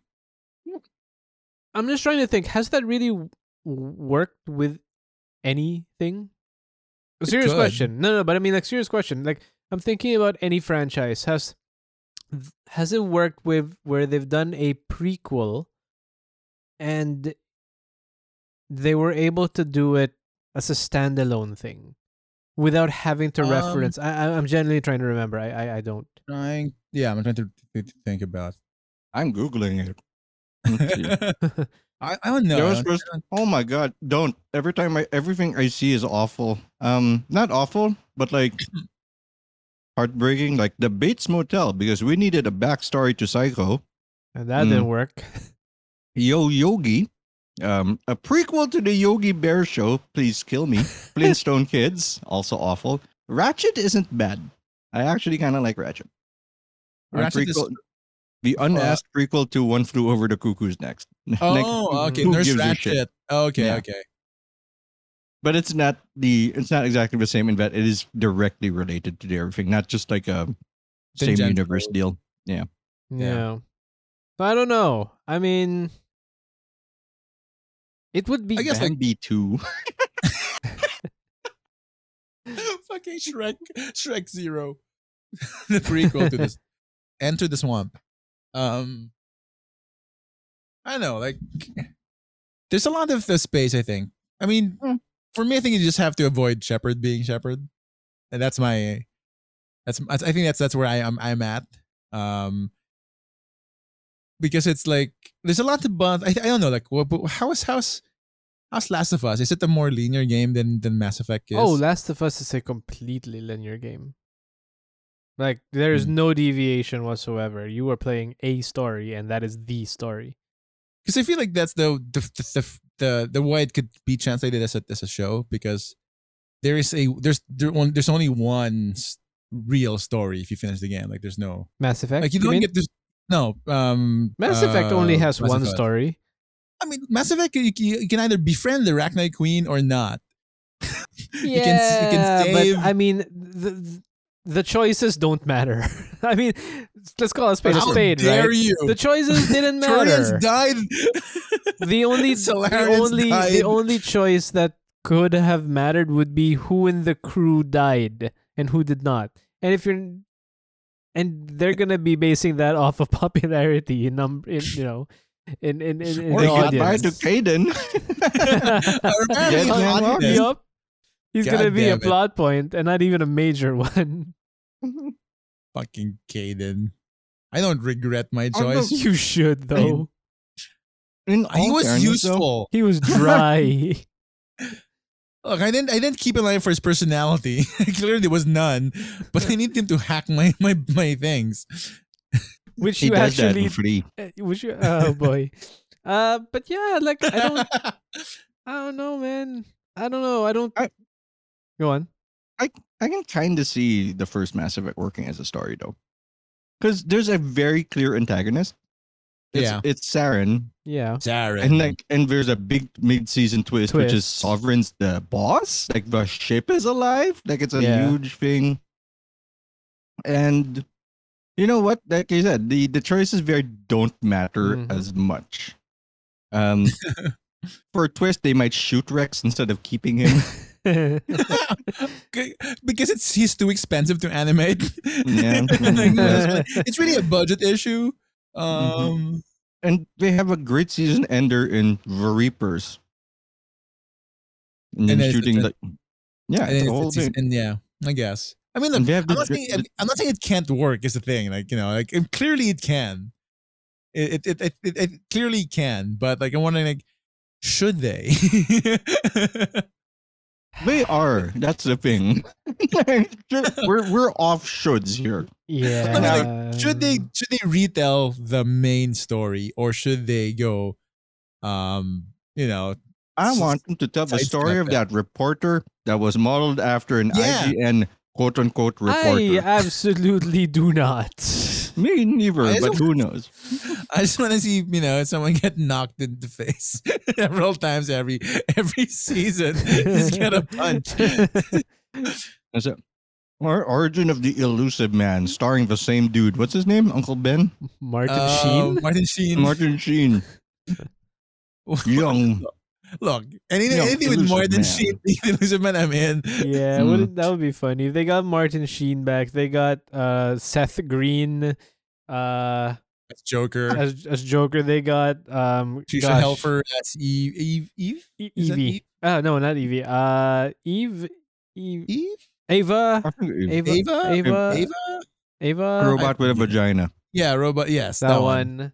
I'm just trying to think. Has that really w- worked with anything? A
It
serious
could.
question. No, no, but I mean, like, serious question. Like, I'm thinking about any franchise. Has th- has it worked with where they've done a prequel, and they were able to do it as a standalone thing, without having to
Um,
reference? I, I, I'm generally trying to remember. I, I, I don't.
Trying, yeah, I'm trying to, to, to think about.
I'm Googling it. Let's see.
I, I don't know.
There
I
was
don't-
first- oh my god, don't. Every time I everything I see is awful. Um not awful, but like heartbreaking. Like the Bates Motel, because we needed a backstory to Psycho.
And that
Mm.
didn't work.
Yo Yogi. Um, a prequel to the Yogi Bear show, please kill me. Flintstone Kids, also awful. Ratchet isn't bad. I actually kind of like Ratchet. Our
Ratchet is-
prequel- the unasked prequel to One Flew Over the Cuckoo's next. Like,
oh, okay.
who
Nurse
gives a shit?
Ratchet. Okay,
Yeah.
okay.
but it's not the it's not exactly the same event. It is directly related to the everything, not just like a same
Tangential.
universe deal.
Yeah.
Yeah.
So I don't know. I mean, it would be.
I guess, like-
Bambi two.
Fucking Shrek, Shrek Zero, the prequel to this. Enter the swamp. Um, I don't know. Like, there's a lot of the space. I think. I mean,
Mm.
for me, I think you just have to avoid Shepard being Shepard, and that's my. That's I think that's that's where I am. I'm at. Um. Because it's like there's a lot to bond. I, I don't know. Like, what, how is how's how's Last of Us? Is it a more linear game than than Mass Effect is?
Oh, Last of Us is a completely linear game. Like there is
Mm.
no deviation whatsoever. You are playing a story, and that is the story.
because I feel like that's the the the the, the, the way it could be translated as a as a show because there is a there's there one there's only one s- real story if you finish the game like there's no
Mass Effect.
like you
you
don't
mean?
get this no um
Mass Effect only
uh,
has
Mass
one
Effect.
story.
I mean Mass Effect you, you can either befriend the Arachnid Queen or not
Yeah,
you can s- you can save
but I mean the the choices don't matter. I mean, let's call a spade a
how
spade,
dare
right?
you
The choices didn't
Turians
matter.
died
the only the
Solarians
only the
died.
only choice that could have mattered would be who in the crew died and who did not. And if you're and they're gonna be basing that off of popularity in number, in, you know, in in in, in
Or
the
goodbye
audience.
to Caden.
Or apparently
Yes,
not.
man,
Yup.
obvious.
Yup. He's gonna
God
be a
damn it.
plot point and not even a major one.
fucking Caden I don't regret my
Although-
choice
Oh, You should though.
In
he
all
was
fairness, though,
useful.
He was dry.
Look, I didn't I didn't keep an eye for his personality. Clearly there was none. But I need him to hack my my, my things.
which
He
you
does that
actually
for free.
which you oh boy. Uh but yeah, like I don't I don't know, man. I don't know. I don't.
I-
Go on.
I can kind of see the first Mass Effect working as a story though, because there's a very clear antagonist. It's,
Yeah.
it's Saren,
Yeah.
Zarin.
and like, and there's a big mid-season twist, which is
Twist.
Sovereign's the boss. Like the ship is alive. Like it's a
Yeah.
huge thing. And you know what? Like you said, the the choices there don't matter
Mhm.
as much. Um, for a twist, they might shoot Rex instead of keeping him.
Okay, because it's he's too expensive to animate.
Yeah. Mm-hmm.
Like, that's- it's really a budget issue. Um,
and they have a great season ender in the Reapers. And,
And
then
it's-
shooting like, yeah,
and
it's
it's-
the whole
it's-
thing.
and yeah, I guess. I mean, look,
And they have
I'm
the
not
dra-
saying I'm not saying it can't work. Is the thing like you know like it, clearly it can, it it, it it it clearly can. But like I'm wondering like should they?
They are. That's the thing. we're we're off shoulds here.
yeah.
should they should they retell the main story or should they go, um you know
I
Just
want them to tell the
sidestep
story of
it.
that reporter that was modeled after an
Yeah.
IGN quote unquote
I
reporter.
absolutely do not.
Me neither,
I
but
don't-
who knows?
I just want to see you know someone get knocked in the face several times every every season. just get a punch.
Is it? Or Origin of the Elusive Man, starring the same dude. What's his name? Uncle Ben?
Martin
Uh,
Sheen.
Martin Sheen.
Martin Sheen. Young.
Look, any,
Yeah,
anything with
Elusive
Martin
Man.
Sheen, Elusive Man, I'm in.
Yeah,
hmm.
Mm.
wouldn't that would be funny if they got Martin Sheen back? They got uh Seth Green, uh
That's Joker.
as as Joker. They got um
Trisha
Oh gosh,
Helfer as Eve. Eve. Eve.
E-
Is that
Evie. Uh, no, not Evie. Uh, Eve, Eve,
Eve.
Ava, Ava,
Ava?
Ava,
Ava.
Ava.
Robot with a vagina.
Yeah, robot. Yes,
that one.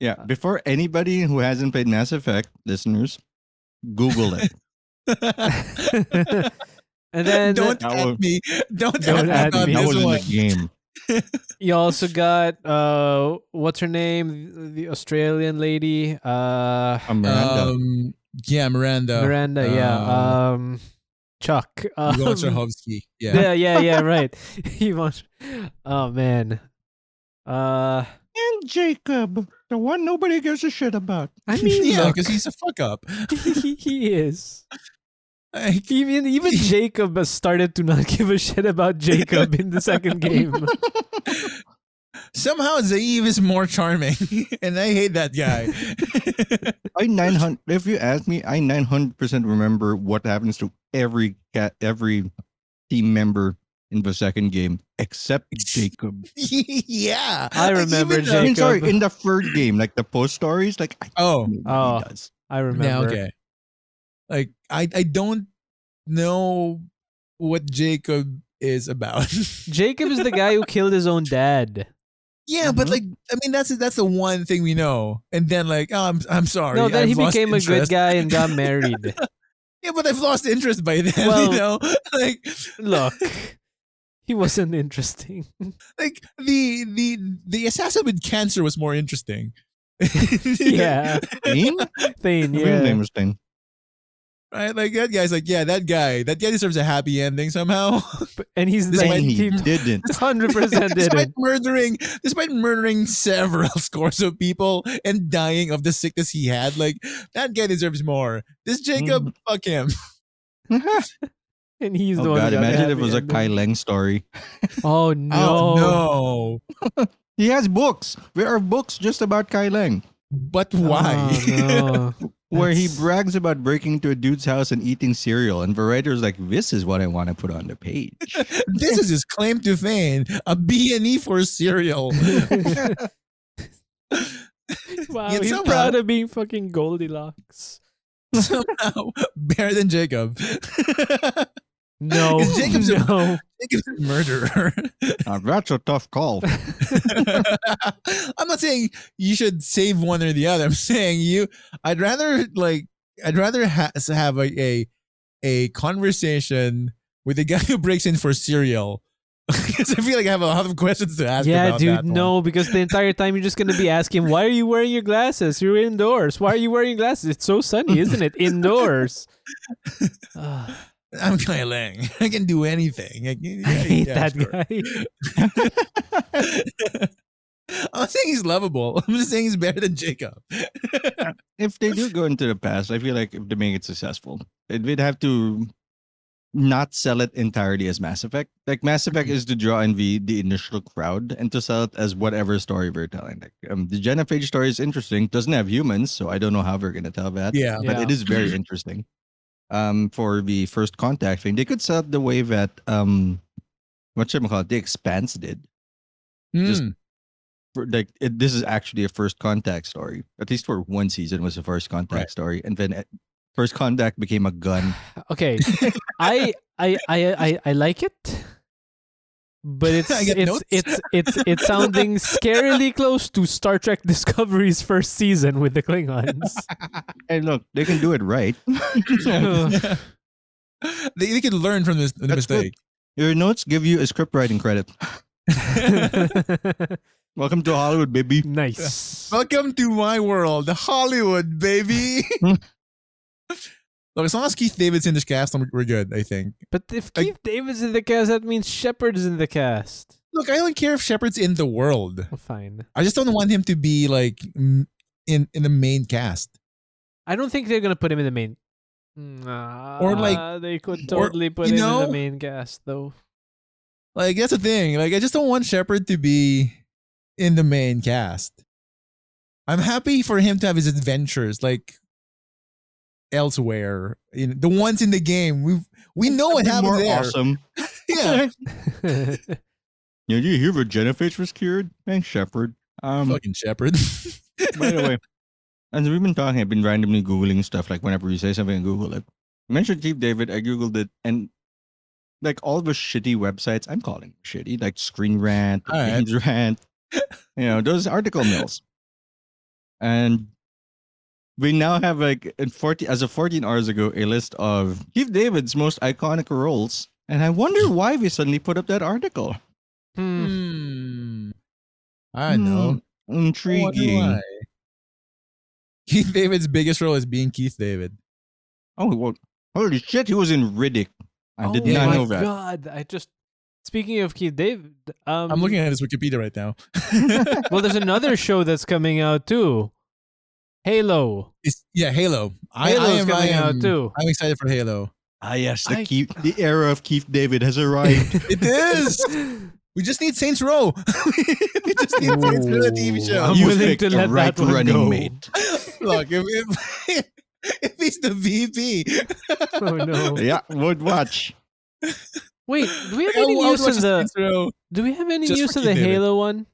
Yeah. Before anybody who hasn't played Mass Effect, listeners, Google it.
and then
don't
That
at
one-
me. Don't,
Don't at
at me. on
me.
that
this
was in
one.
the game.
you also got uh, what's her name? The Australian lady, uh,
Miranda.
Um, yeah, Miranda.
Miranda. yeah,
uh,
Oh, um, Chuck. Um,
Ivan Strahovski. Yeah.
yeah, yeah, yeah. Right. Yvonne. Oh man. Uh,
and Jacob, the one nobody gives a shit about.
I mean,
yeah,
look,
because he's a fuck up.
he, he is.
Like,
Even even Jacob has started to not give a shit about Jacob in the second game.
somehow Zaev is more charming, and I hate that guy.
I nine hundred. If you ask me, I nine hundred percent remember what happens to every cat, every team member in the second game, except Jacob.
yeah,
I
Like,
remember
even
I
the-
mean, sorry,
Jacob.
in the third game, like the post stories, like I
Oh,
don't know
Oh,
what he does.
I remember.
yeah, okay. Like I, I don't know what Jacob is about.
Jacob is the guy who killed his own dad.
yeah, but
Mm-hmm.
Mhm.
like I mean that's that's the one thing we know. And then like oh, I'm I'm sorry.
no, then
I've
he
lost
became a good
interest.
guy and got married.
Yeah, but I've lost interest by then.
Well-
you know, like
Look, he wasn't interesting.
like the the the assassin with cancer was more interesting.
Yeah,
Thane?
Thane.
The Real name
Yeah,
was Thane.
Right, like that guy's like, yeah, that guy, that guy deserves a happy ending somehow.
and he's
This
Thane,
might
he
ninety.
didn't.
Hundred percent did
despite
it.
murdering, despite murdering several scores of people and dying of the sickness he had, like that guy deserves more. This Jacob,
Mm.
fuck him.
oh
And he's the one.
God!
who got the
Imagine if it
happy
was a
ending.
Kai Lang story.
Oh no!
Oh, no.
He has books. There are books just about Kai Lang,
But why?
Oh, no.
where he
That's-
brags about breaking into a dude's house and eating cereal, and the writer's like, "This is what I want to put on the page."
this is his claim to fame: a B and E for cereal.
wow,
Yet
he's
somehow-
proud of being fucking Goldilocks.
Somehow better than Jacob.
No,
Is Jacob's a-
no.
Jacob's a murderer.
Now, that's a tough call.
I'm not saying you should save one or the other. I'm saying you. I'd rather like I'd rather ha- have a, a a conversation with the guy who breaks in for cereal because I feel like I have a lot of questions to ask.
yeah,
about
dude,
that one.
no, because the entire time you're just gonna be asking, why are you wearing your glasses? You're indoors. Why are you wearing glasses? It's so sunny, isn't it? Indoors. Ah,
I'm Kai Lang. I can do anything. I, can-
I
yeah,
hate
yeah,
that
sure.
guy.
I'm not saying he's lovable. I'm just saying he's better than Jacob.
if they do go into the past, I feel like if they make it successful, it would have to not sell it entirely as Mass Effect. Like Mass Effect is to draw in the, the initial crowd and to sell it as whatever story we're telling. Like um, the Genophage story is interesting, doesn't have humans, so I don't know how we're gonna tell that.
Yeah.
Uh, But it is very interesting. Um, for the first contact thing, they could sell it the way that um, what should I call it? The Expanse did. Just-
Mm.
for- like it, this is actually a first contact story. At least for one season was a first contact
Right.
story, and then it- first contact became a gun.
okay I, I i i i like it but it's
I get
it's,
notes.
it's it's it's sounding scarily close to star trek discovery's first season with the klingons
And look, they can do it right.
Mm. they, they could learn from this the
That's good.
mistake.
Your notes give you a script writing credit. Welcome to Hollywood, baby.
nice
Welcome to my world, Hollywood, baby.
Hmm.
Look, as long as Keith David's in this cast, I'm- we're good, I think.
but if
I-
keith david's in the cast that means shepard's in the cast
Look, I don't care if Shepard's in the world.
Well, fine
I just don't want him to be like m- in in the main cast.
i don't think they're gonna put him in the main Nah,
Or, like-
they could
or,
totally put
you
him in
know-
the main cast though
Like that's the thing. Like I just don't want Shepard to be in the main cast. I'm happy for him to have his adventures like elsewhere. You know, the ones in the game. We we know what
Be
happened
more
there.
awesome.
Yeah.
You know, you hear Virginifish was cured? Thanks, Shepard. Um,
Fucking Shepard.
by the way, as we've been talking, I've been randomly googling stuff. Like whenever you say something, I Google it. You mentioned Chief David, I googled it, and like all the shitty websites, I'm calling shitty, like Screen Rant,
All right.
Games Rant, you know, those article mills. And we now have like in 40 as of 14 hours ago a list of Chief David's most iconic roles. And I wonder why we suddenly put up that article.
Hmm.
Hmm. I know.
Hmm,
I wonder
intriguing.
why. Keith David's biggest role is being Keith David.
Oh, well, holy shit, he was in Riddick. I did
oh
not
my
know that.
God, I just speaking of Keith David, um,
I'm looking at his Wikipedia right now.
Well, there's another show that's coming out too, Halo.
It's, yeah, Halo. I, I
Halo's
am, I
coming out
am-
too.
I'm excited for Halo.
Ah, yes, the
I-
Keith, the era of Keith David has arrived.
It is.
Oh,
we just need Saints Row. we just need Saints Row the TV
Ooh, I'm
show.
You willing picked to the let right that one running go. mate.
Look, if, if, if he's the VP,
oh no!
yeah, would watch.
Wait, do we have
I
any
would
news
watch
in the?
Saints Row.
Do we have any
just
news
for
in the
Keith David.
Halo one?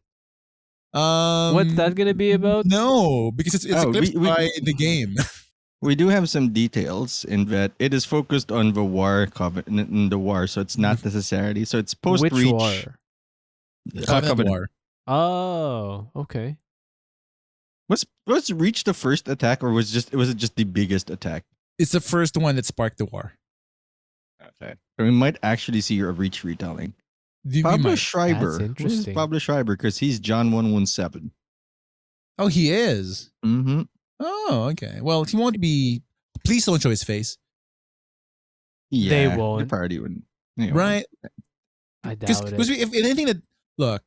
Um,
What's that gonna be about?
No, because it's, it's
Oh, we-
eclipsed
we-
by the game.
We do have some details in that it is focused on the war covenant, in the war, so it's not necessarily. So it's Uh, post
Which
reach.
war?
Covenant
covenant.
War.
Oh, okay.
Was was reach the first attack, or was just was it just the biggest attack?
It's the first one that sparked the war.
Okay, so we might actually see a reach retelling.
Do you- we
Pablo
might-
Schreiber.
That's
This is
interesting.
Pablo Schreiber because he's John one one seven.
Oh, he is.
Mm-hmm.
Oh, okay. Well, he won't be. Please don't show his face,
Yeah, the
won't.
party wouldn't. Anyway.
right?
I doubt it.
Because if if anything that look,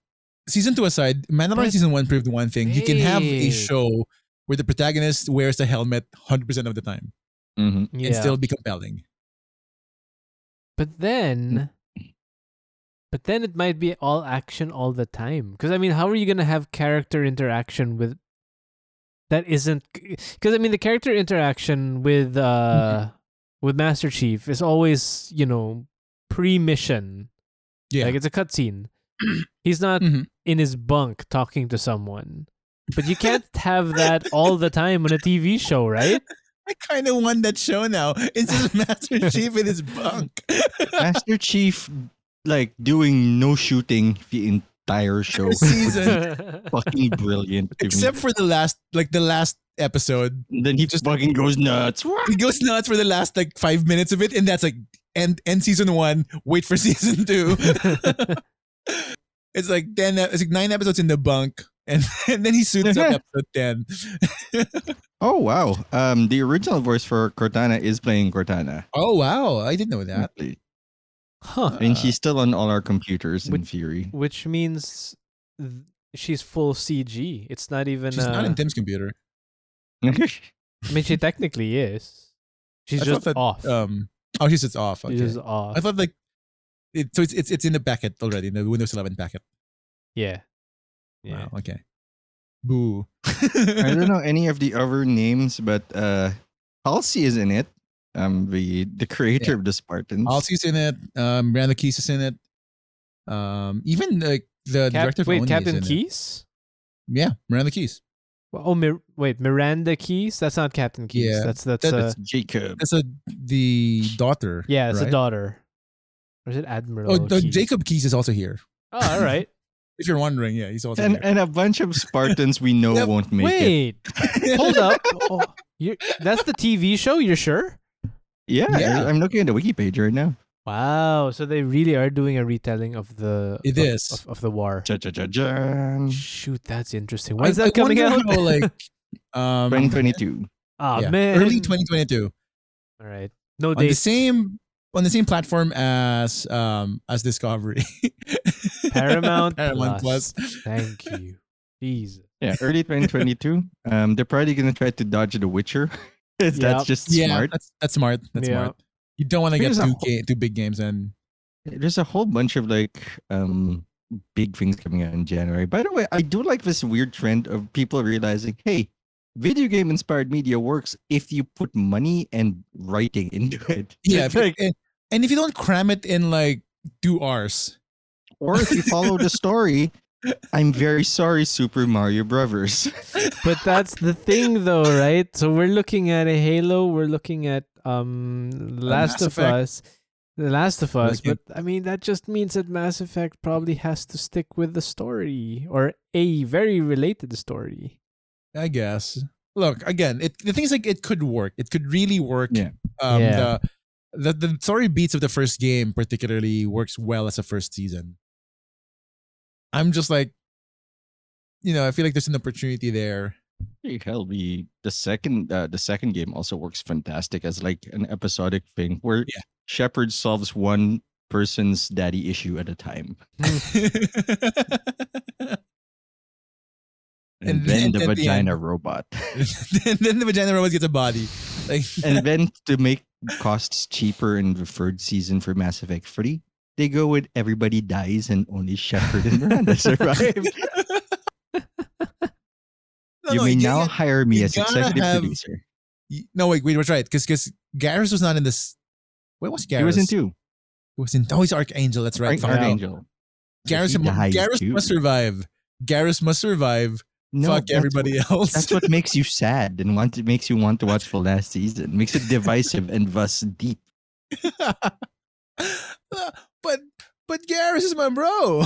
season two aside, Mandalorian
But-
season one proved one thing: you can have a
Babe.
show where the protagonist wears the helmet hundred percent of the time
Mm-hmm.
yeah.
and still be compelling.
But then, but then it might be all action all the time. Because I mean, how are you gonna have character interaction with that isn't? Because I mean, the character interaction with uh with Master Chief is always you know pre-mission.
Yeah,
Like it's a cutscene. He's not
Mhm.
in his bunk talking to someone. But you can't have that all the time on a TV show, right?
I kind of want that show now. It's just Master Chief in his bunk.
Master Chief, like doing no shooting the entire show.
season,
fucking brilliant. to me.
except for the last, like the last episode,
And then he just fucking goes nuts.
he goes nuts for the last like five minutes of it, and that's like end end season one. Wait for season two. it's like ten, it's like nine episodes in the bunk. and, and then he suits up episode ten.
Oh wow. Um, the original voice for Cortana is playing Cortana,
Oh wow, I didn't know that.
Huh.
and she's still on all our computers in
Which-
theory.
Which means th- she's full CG. It's not even.
She's
uh,
not in Tim's computer.
I mean, she technically is. She's
I thought
just
that,
off.
Um, oh, she sits off. Okay.
She's just off.
I thought like, it, so it's, it's it's in the packet already, in the Windows 11 packet.
yeah. Yeah.
Wow. Okay. Boo.
I don't know any of the other names, but uh, Halsey is in it. Um, the the creator of the Spartans.
Halsey's in it. Um, Randall Keys is in it. Um, even like the
Cap-
director. of Oni
wait,
is
Captain
in it.
Keys?
Yeah, Miranda Keys.
Well, oh, Mir- wait, Miranda Keys? That's not Captain Keys.
Yeah,
That's that's
that
uh,
It's Jacob.
That's a the daughter.
yeah, it's
right?
a daughter. Or is it Admiral?
Oh, the-
Keys?
Jacob Keys is also here.
Oh, all right.
If you're wondering, yeah, he's also
And
here.
and a bunch of Spartans we know
Yeah,
won't make it.
wait, hold up. Oh, you that's the TV show. You're sure?
Yeah,
Yeah.
I'm looking at the wiki page right now.
Wow. So they really are doing a retelling of the
It
of,
is.
of, of the war.
Ja, ja, ja, jan.
Shoot, that's interesting. When's
Mm. I-
that
I
coming out?
wonder how, like, um,
2022.
Ah
yeah,
man.
early 2022.
All right. No
on the
dates.
same on the same platform as um as Discovery.
Paramount
Paramount
Plus.
Plus.
Thank you. Jeez.
Yeah, early 2022. um, they're probably gonna try to dodge The Witcher.
Yep.
That's just
Yeah,
smart.
that's that's smart. That's
Yeah.
smart. You don't want to get
Here's a
two
whole-
ga- two big games and
There's a whole bunch of like um big things coming out in January. By the way, I do like this weird trend of people realizing, hey, video game inspired media works if you put money and writing into it.
yeah, if
It's
you-
like-
and, and if you don't cram it in like two hours,
or if you follow the story, I'm very sorry, Super Mario Brothers.
But that's the thing though, right? So we're looking at a Halo, we're looking at um Last
Mass
of
Effect.
Us. The Last of Us,
Looking-
but I mean that just means that Mass Effect probably has to stick with the story or a very related story.
I guess. Look again. It the thing is like it could work. It could really work.
Yeah.
Um,
Yeah.
The, the the story beats of the first game particularly works well as a first season. I'm just like, you know, I feel like there's an opportunity there.
Hell, the the second uh, the second game also works fantastic as like an episodic thing where
Yeah.
Shepard solves one person's daddy issue at a time, and,
And then
then, the
at the
vagina
end-
robot,
then, then the vagina robot gets a body. Like,
and then to make costs cheaper in the third season for Mass Effect Three, they go with everybody dies and only Shepard and Miranda survive.
No,
you
no,
may
it-
now
it-
hire me
you
as
gotta
executive
have-
producer.
y- No, wait, wait, was right. Because because Garrus was not in this. Where was Garrus?
He was in two.
He was in. Oh, he's Archangel. That's right.
Right,
Fuck.
Archangel.
Garrus,
he dies
Garrus
too.
must survive. Garrus must survive.
No,
Fuck
that's
everybody else.
That's what makes you sad and want it makes you want to watch the last season. Makes it divisive and thus deep.
Uh, but but Garrus is my bro.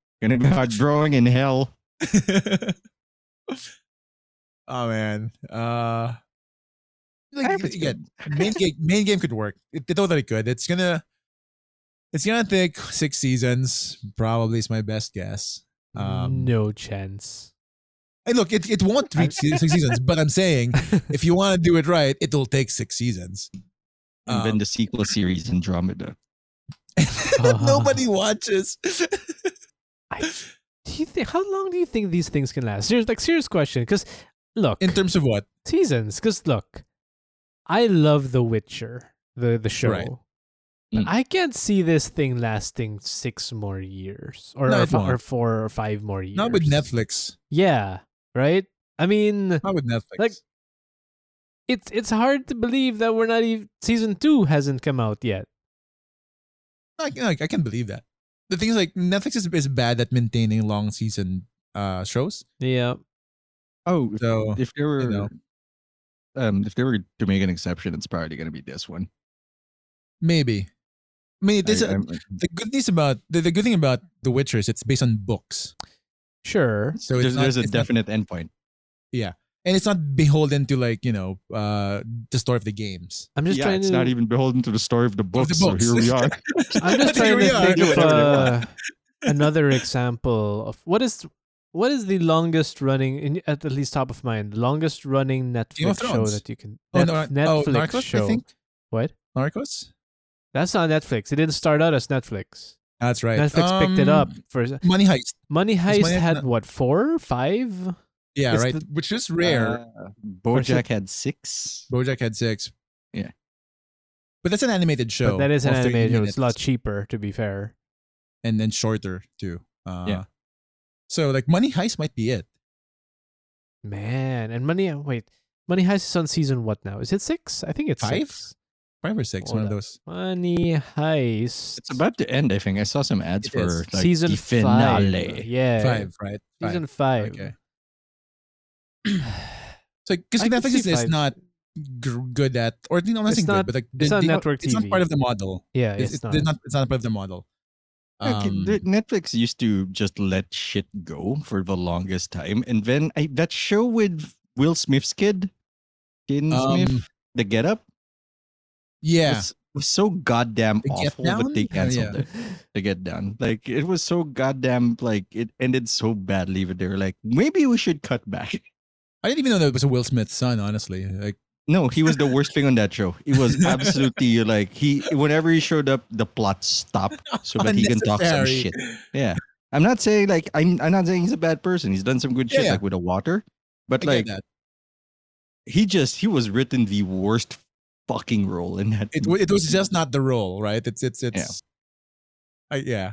Gonna be hard drawing in hell.
oh man. Uh
I
like
hope it's
again, main game main game could work. It, it totally could. It's gonna it's gonna take six seasons, probably is my best guess. Um
no chance.
and look, it, it won't reach se- six seasons, but I'm saying if you want to do it right, it'll take six seasons.
And then
Um,
the sequel series Andromeda.
that
Oh.
nobody watches.
do you think how long do you think these things can last? Serious, like serious question, because look
In terms of what?
seasons. Because look, I love The Witcher, the the show.
Right.
But
Mm.
I can't see this thing lasting six more years, or
No,
or,
it
fi- or
won't.
four or five more years.
Not with Netflix.
Yeah, right. I mean,
Not with Netflix.
Like- it's it's hard to believe that we're not even season two hasn't come out yet.
I, can- I can believe that. The thing is, like Netflix is, is bad at maintaining long season uh shows.
Yeah,
Oh, if,
So
if there were
know.
um if they were to make an exception, it's probably gonna be this one.
maybe, I mean, this,
I- I'm- uh,
the good news about the, the good thing about The Witcher is it's based on books,
sure.
so it's
there's,
not,
there's a
it's not-
definite endpoint.
and it's not beholden to like you know uh the story of the games.
I'm just
yeah,
trying
it's
to.
not even beholden to the story of the books.
books.
So here we are.
I'm just trying
Here we
to
are.
think
Do
of.
whatever they
Uh,
want.
another example of what is what is the longest running in, at at least top of mind the longest running
Game of
Netflix show
Thrones.
that you can
Oh,
Net-
no, oh,
Netflix
Narcos,
show
I think.
what
Narcos?
that's not Netflix it didn't start out as Netflix
That's right.
Netflix picked it up
Um,
for
Money Heist.
Money Heist
Money Heist
had
not-
what four five
Yeah,
It's
right.
the-
Which is rare.
Uh, Bojack had six.
Bojack had six.
Yeah.
But that's an animated show.
but that is an
of 30
animated show. it's a
minutes,
lot cheaper to be fair
And then shorter too. Uh,
Yeah.
So like Money Heist might be it.
man and Money uh, wait Money Heist is on season what now is it six I think it's
Five?
six
Five or six,
Hold
one of
up.
those.
Money Heist
It's about to end, I think. I saw some ads
It
for
is.
like,
season
the
five
finale.
yeah
Five, right?
season
Five.
five
Okay. So because
I could
Netflix
see
is
five.
not g- good at, or you know, I'm not
It's
saying
not-
good, but like
it's not network
It's not
TV.
part of the model.
yeah
It's,
it's,
it's
not
they're not. It's not part of the model.
Okay,
Um,
the- Netflix used to just let shit go for the longest time, and then I, that show with Will Smith's kid, Jaden
um,
Smith, The Get Up,
yeah.
was, was so goddamn
The Get
awful that they
Down? Oh, yeah.
canceled it. The Get Down, like it was so goddamn like it ended so badly that they were like, maybe we should cut back.
I didn't even know that it was a Will Smith son. Honestly, like
No, he was the worst thing on that show. It was absolutely like he whenever he showed up, the plot stopped so that he can talk some
unnecessary.
shit. Yeah. I'm not saying like I'm I'm not saying he's a bad person. He's done some good shit
Yeah, yeah.
like with the water.
I
But
get
like
that.
he just he was written the worst fucking role in that.
it, wa- it was just not the role, right? It's it's it's I- yeah.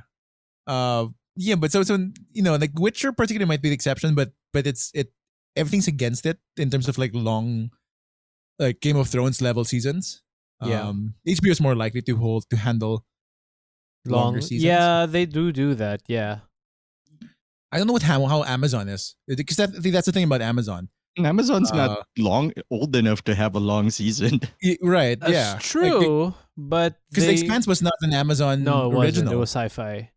Uh yeah, but so so you know, like Witcher particularly might be the exception, but but it's it everything's against it in terms of like long like Game of Thrones level seasons.
Yeah.
Um HBO is more likely to hold to handle longer
long
seasons.
yeah they do do that yeah
I don't know what how, how Amazon is. Because that, I think that's the thing about Amazon.
And Amazon's
Uh,
not long old enough to have a long season.
Y- Right.
That's
yeah.
true, but
Because
they-
The Expanse was not an Amazon
no, it wasn't.
original.
It was sci-fi.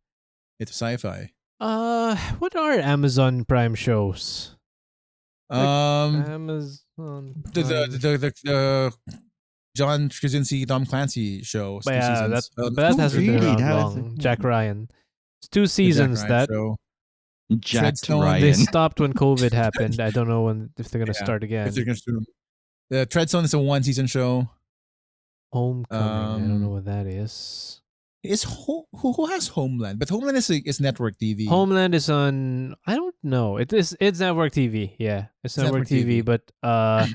it's sci-fi.
Uh, what are Amazon Prime shows? Like,
um
Amazon.
the the
Prime.
the, the, the John Krasinski Tom Clancy show.
but
two
yeah, that,
seasons. Uh,
but that
no,
hasn't been
really,
around
that is-
long. Jack Ryan. It's two
the Jack
seasons
Ryan
that
show.
Jack
Stone,
they
Ryan.
stopped when COVID happened. I don't know when if they're gonna
Yeah,
start again.
If they're gonna do- the Treadstone is a one season show.
Homecoming. I don't know
Um,
what that is.
Is ho- who who has Homeland? But Homeland is a, is network TV.
Homeland is on. I don't know. It is. It's network TV. Yeah, it's, network,
network
TV,
TV.
But uh,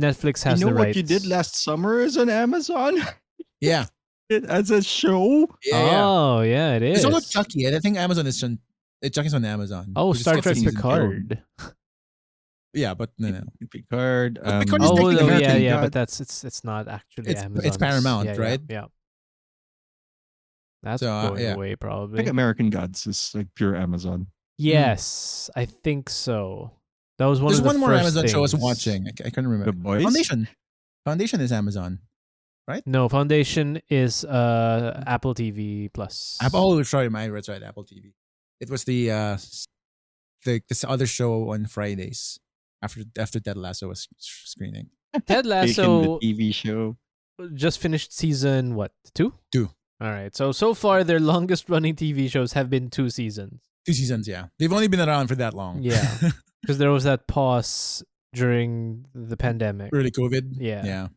Netflix
You
has
know
the
what
rights.
you did last summer is on Amazon
Yeah,
as a show.
yeah. yeah.
Oh yeah, it
It's
is.
also Chucky. and I think Amazon is on. uh, Chucky's on Amazon.
oh,
which is
Star
fifth
Trek
season.
Picard.
Yeah, but no, no.
Picard.
But Picard um, is
Oh,
taking
well,
the
yeah,
American
yeah,
God.
but that's it's it's not actually
It's- it's
Amazon.
Paramount,
yeah,
right?
Yeah. yeah. That's
So, uh,
going
yeah.
away
I
probably.
hmm.
think American Gods is like pure Amazon.
yes, I think so. That was one
There's
of the
one more
first
Amazon show I was
things.
watching. I, c- I couldn't remember.
The boys.
Foundation. Foundation is Amazon.
No, Foundation is uh Apple TV Plus.
Apple. Oh, sorry, my that's right. Apple TV. It was the uh, s- the this other show on Fridays after after Ted Lasso was s- screening.
Ted
Taken
Lasso
the TV show.
just finished season what two?
Two.
All right. So so far their longest running TV shows have been two seasons
Two seasons, yeah. They've only been around for that long.
Yeah. because there was that pause during the pandemic.
really COVID.
Yeah.
yeah.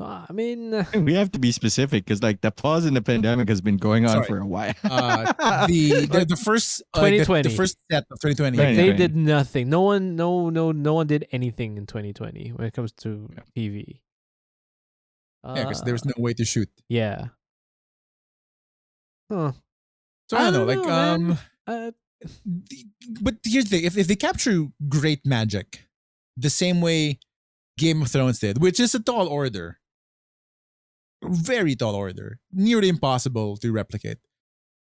Uh, I mean,
We have to be specific because like the pause in the pandemic has been going on
Sorry.
for a while.
Uh, the, the the first uh, the- the,
2020.
first set of 2020.
like
Right,
they
right.
did nothing. No one, no, no, no one did anything in 2020 when it comes to
Yeah.
TV. Uh,
yeah, because there was no way to shoot.
yeah. Huh.
So I don't,
I
know,
don't
like
know, man.
um,
Uh,
the- but here's the thing: if if they capture great magic, the same way Game of Thrones did, which is a tall order, very tall order, nearly impossible to replicate.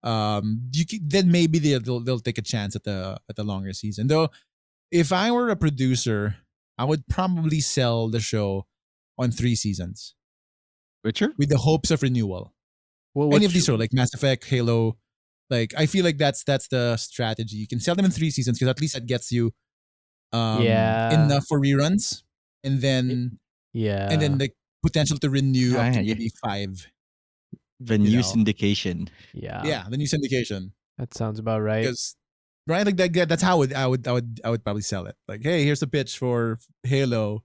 Um, you can, then maybe they'll they'll they'll take a chance at the at the longer season. Though, if I were a producer, I would probably sell the show on three seasons
Witcher?
with the hopes of renewal
wha- what
any of
sh-
these show like Mass Effect, Halo. Like I feel like that's that's the strategy. You can sell them in three seasons because at least that gets you um
Yeah.
enough for reruns, and then
Yeah.
and then the potential to renew up
Yeah,
to
yeah.
maybe five.
The
You
new
know.
syndication.
yeah.
yeah, the new syndication.
That sounds about right.
because right like that, that- that's how it, I would I would I would probably sell it. Like, hey, here's a pitch for Halo.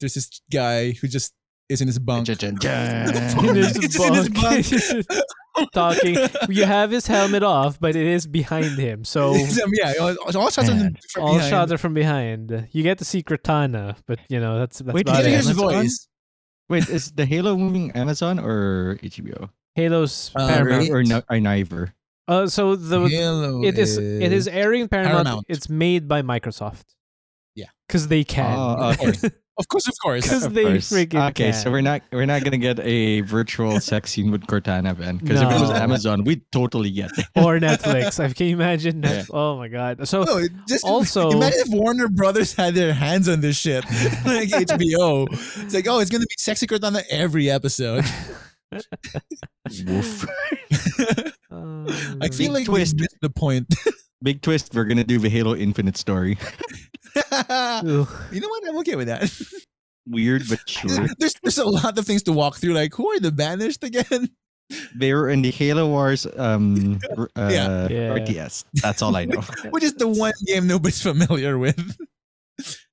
There's this guy who just is in his bunk.
Dun, dun,
In
dun.
his
It's in his
bunk. Talking. You have his helmet off, but it is behind him. So
Um, yeah, all, all shots are
Man.
from
all
behind.
shots are from behind. You get to see Cortana, but you know that's that's
Wait,
Did you
about
Yeah,
hear
it.
his
that's on?
voice.
Wait, is the Halo moving Amazon or HBO?
Halo's
Uh,
Paramount.
It-
Or, or, no- or neither?
Uh, so the
Halo
it is it is airing Paramount.
Paramount.
It's made by Microsoft.
Yeah.
because they can.
Oh, okay.
Of course, of course.
Because
Of
they
course.
freaking
okay. So
can.
we're not we're not gonna get a virtual sex scene with Cortana then because if it was
No.
Amazon, we'd totally get it.
or Netflix. I can you imagine.
Yeah.
Netf- Oh my god. So
No, it- just
Also-
imagine if Warner Brothers had their hands on this shit, like HBO. It's like, oh, it's gonna be sexy Cortana every episode.
Woof.
um,
I feel
Big
like
twist.
we missed the point.
Big twist. We're gonna do the Halo Infinite story.
you
ugh.
know what? I'm okay with that.
Weird but sure.
there's there's a lot of things to walk through. Like, who are the banished again?
they were in the Halo Wars um r- uh,
Yeah.
Yeah.
RTS. That's all I know.
Which is the one game nobody's familiar with.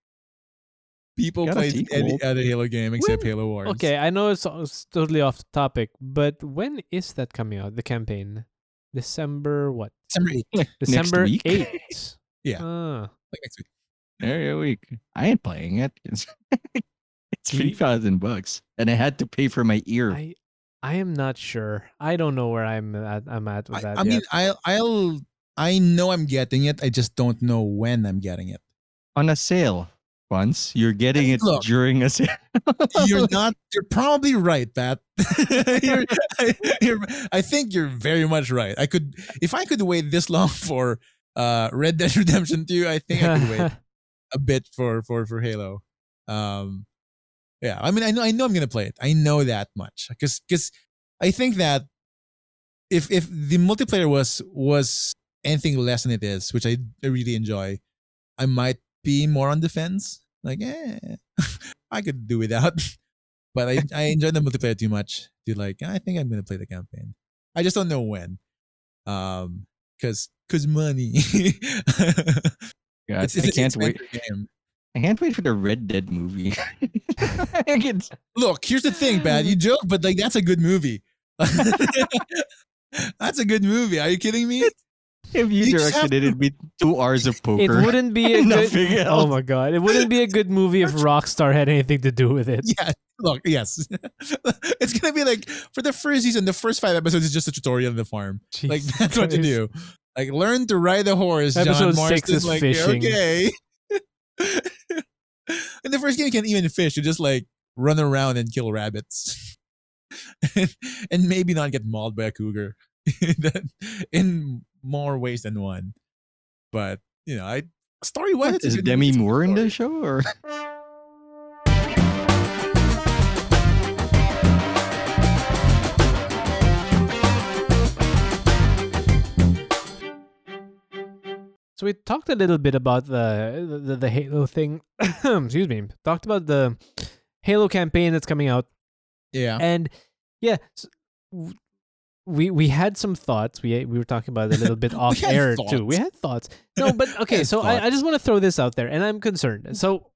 People
Got a
play
sequel.
any other Halo game except Halo Wars.
Okay, I know it's, it's totally off the topic, but when is that coming out? The campaign, December what?
December 8th, like
December
week?
eighth.
Yeah.
Ah.
next week.
Every week. I ain't playing it. It's, it's three thousand bucks, and I had to pay for my ear.
I I am not sure. I don't know where I'm at. I'm at with
I,
that.
I mean, I'll, I'll, I know I'm getting it. I just don't know when I'm getting it.
on a sale once. You're getting it
Look.
during a sale.
You're not. You're probably right, Pat. you're, I, you're, I think you're very much right. I could, if I could wait this long for uh, Red Dead Redemption 2, I think I could wait.
yet.
a bit for for for Halo. Um, yeah, I mean, I know I know I'm gonna play it. I know that much because because I think that if if the multiplayer was was anything less than it is, which I, I really enjoy, I might be more on the fence. Like, eh, I could do without. But I I enjoy the multiplayer too much to like. I think I'm gonna play the campaign. I just don't know when. Um, cause cause money.
God,
It's- it's
I
an
can't wait.
expensive game.
I can't wait for the Red Dead movie. I can-
Look, here's the thing, Pat. You joke, but like that's a good movie. that's a good movie. Are you kidding me?
if you,
You just have
directed it, it'd be two hours of
it
poker.
wouldn't be a good.
Nothing
Oh
else.
my god! It wouldn't be a good movie if Rockstar had anything to do with it.
Yeah. Look, yes. it's gonna be like for the first season, the first five episodes is just a tutorial on the farm. Like
Jesus
that's what you
Christ.
do. Like learn to ride a horse,
Episode
John
six
Marston.
is
like
fishing.
okay. In the first game, you can't even fish. You just like run around and kill rabbits, and, and maybe not get mauled by a cougar That- in more ways than one. But you know, I story wise,
Is Demi Moore in the show? Or
So we talked a little bit about the the, the, the Halo thing. Excuse me. Talked about the Halo campaign that's coming out,
Yeah,
and yeah, s- w- we we had some thoughts. We we were talking about it a little bit off
had
air too. We
thoughts.
had thoughts. No, but okay.
had Mm.
so I, I just want to throw this out there, and I'm concerned. So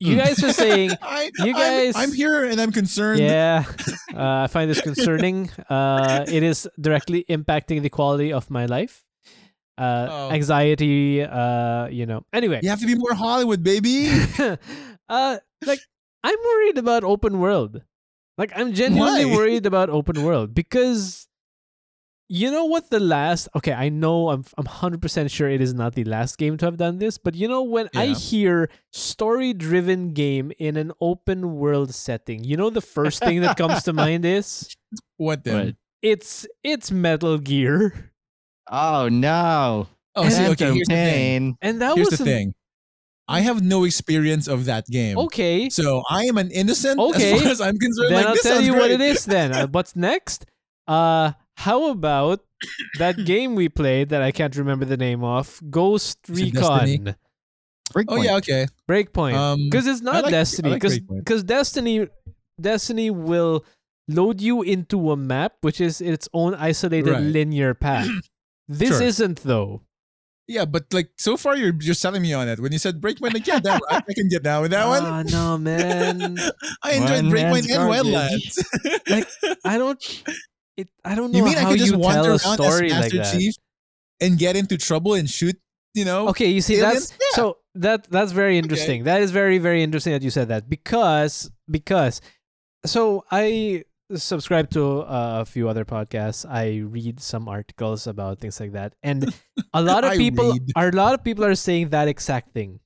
you guys are saying.
I,
you
I'm-
guys-
I'm, here and I'm concerned.
Yeah, uh, I find this concerning. Uh, it is directly impacting the quality of my life, uh,
Oh.
anxiety. Uh, you know. Anyway,
You have to be more Hollywood, baby.
uh, like I'm worried about open world. Like I'm genuinely
Why?
worried about open world because you know what the last okay, I know I'm I'm 100% sure it is not the last game to have done this, but you know when I
Yeah.
hear story driven game in an open world setting, you know the first thing that comes to mind is
What then?
What?
it's it's Metal Gear.
oh no,
Oh, see, okay.
Phantom
Here's the thing.
Pain.
And that
Here's
was
the
an-
thing. I have no experience of that game.
Mm. okay.
So I am an innocent
Okay.
as far as I'm concerned.
then
like,
I'll
this
tell
sounds
you what
great.
it is then. Uh, what's next? Uh how about that game we played that I can't remember the name of, Ghost
Is it Destiny?
Recon
Oh
Breakpoint.
yeah, okay.
Breakpoint.
Um,
Because it's not
like- I
Destiny.
like
Because
Breakpoint.
Destiny Destiny will load you into a map which is its own isolated
Right.
linear path. This
Sure.
isn't though.
Yeah, but like so far you're you're selling me on it. When you said Breakpoint, like yeah, that, I, I can get down with that one.
Ah, no, man.
I enjoyed
One
Breakpoint
man's
and
garbage.
Wildlands.
Like, I don't. It. I don't know
you mean I
how
could just
you
wander
tell a
around as
story like
Master
that.
Chief and get into trouble and shoot? You know,
Okay, you see
aliens?
that's so that that's very interesting. That is very very interesting that you said that because because so I subscribe to uh, a few other podcasts. I read some articles about things like that, and a lot of
I
people
read.
are a lot of people are saying that exact thing.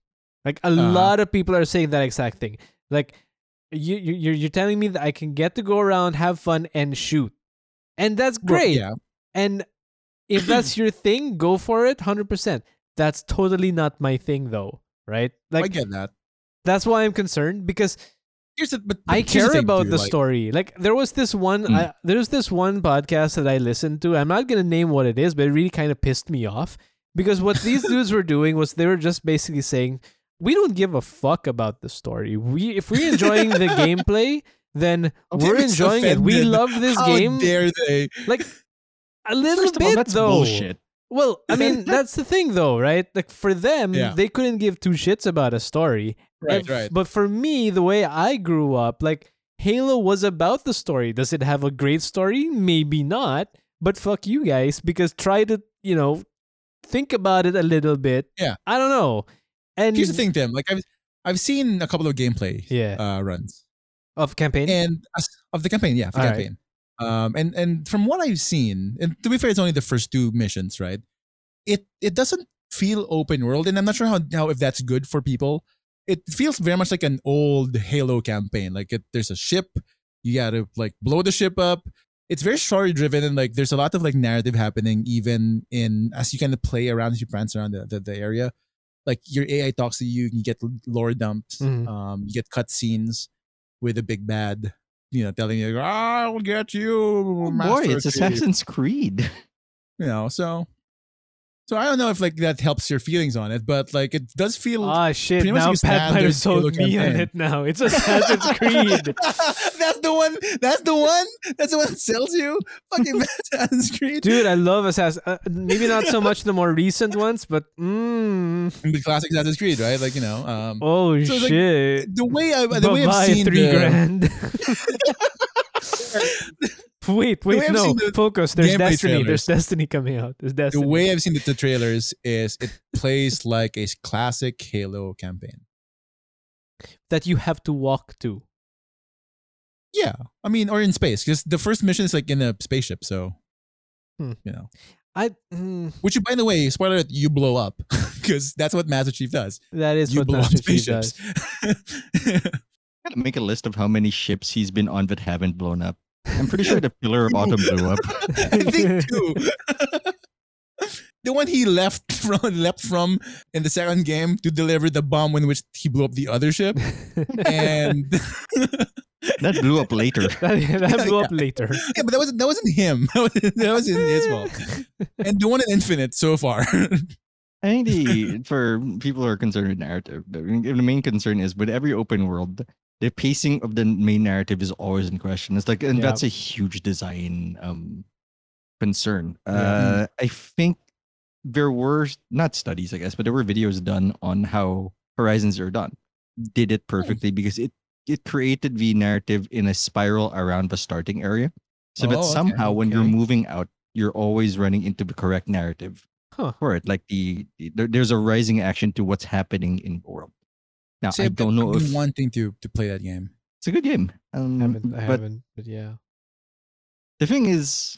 Like a
Uh-huh.
lot of people are saying that exact thing. Like you you you're- you're telling me that I can get to go around, have fun, and shoot, and that's
Well,
great.
Yeah,
And if that's your thing, go for it 100%. That's totally not my thing though, right?
I
Like
get that.
that's why I'm concerned because
Here's the, but, but
I
here's the
care
thing,
about
too,
the
like,
story. Like there was this one
Mm.
I, there's this one podcast that I listened to. I'm not going to name what it is, but it really kind of pissed me off because what these dudes were doing was they were just basically saying we don't give a fuck about the story. We if we're enjoying the gameplay, then
Okay,
we're
I'm so
enjoying it. We
offended.
love this
How
game
dare they?
a little
First of
bit
all, that's
though.
bullshit.
Well, I mean, that's the thing though, right? Like for them,
Yeah.
they couldn't give two shits about a story.
Right,
If-
right.
But for me, the way I grew up, like Halo was about the story. Does it have a great story? Maybe not. But fuck you guys because try to, you know, think about it a little bit.
Yeah.
I don't know. And
Here's the thing, Tim. Like I've I've seen a couple of gameplay
Yeah.
uh, runs.
of campaign.
and as- of the campaign yeah of the
All right.
campaign um and and from what i've seen and to be fair it's only the first two missions right it it doesn't feel open world and i'm not sure how, how if that's good for people it feels very much like an old halo campaign like it, there's a ship you gotta like blow the ship up it's very story driven and like there's a lot of like narrative happening even in as you kind of play around as you prance around the, the, the area like your ai talks to you you get lore dumps
Mhm.
um you get cutscenes with a big bad you know telling you i'll get you
Oh boy,
Master
it's
Chief."
Assassin's Creed.
you know so so i don't know if like that helps your feelings on it but like it does feel
Ah shit!
pretty much
Now
like a
Pat might
standard
have sold
Halo
me on
campaign.
it. Now it's Assassin's Creed.
that's the one. That's the one. That's the one that sells you. Fucking Assassin's Creed.
Dude, I love Assassin. Uh, maybe not so much the more recent ones, but mm,
The classic Assassin's Creed, right? Like you know, um,
oh
So it's like-
shit!
the way I, the way
Bye-bye,
I've seen
three
the,
grand. wait,
way
wait,
I've
no,
seen the
focus. There's
gameplay
Destiny.
trailers-
There's Destiny coming out. There's
the
Destiny.
way I've seen the, the trailers is it plays like a classic Halo campaign.
that you have to walk to.
Yeah, I mean, or in space because the first mission is like in a spaceship. So,
Hmm.
you know,
I mm,
which by the way, spoiler, alert, you blow up because that's what Master Chief does.
that is
you
what
blow up
Master Chief
spaceships.
does.
Gotta make a list of how many ships he's been on that haven't blown up. I'm pretty sure the Pillar of Autumn blew up.
I think too. the one he left from left from in the second game to deliver the bomb in which he blew up the other ship, and
That blew up later.
That, that blew up later.
yeah, but that wasn't that wasn't him. That wasn't, that wasn't his fault. And the one in Infinite so far.
I think the for people who are concerned with narrative, the the main concern is with every open world, the pacing of the main narrative is always in question. It's like, and
Yeah.
that's a huge design um, concern.
Yeah.
Uh, I think there were not studies, I guess, but there were videos done on how Horizons are done. Did it perfectly because it it created the narrative in a spiral around the starting area, so
Oh,
that
okay,
somehow when you're
okay.
moving out, you're always running into the correct narrative
Huh.
for it. Like the, the- there, there's a rising action to what's happening in the world. Now I
I've
don't
been-
know
I've been
if
wanting to to play that game.
it's a good game.
I
Um,
Mm,
haven't, I
but
haven't, but yeah.
the thing is,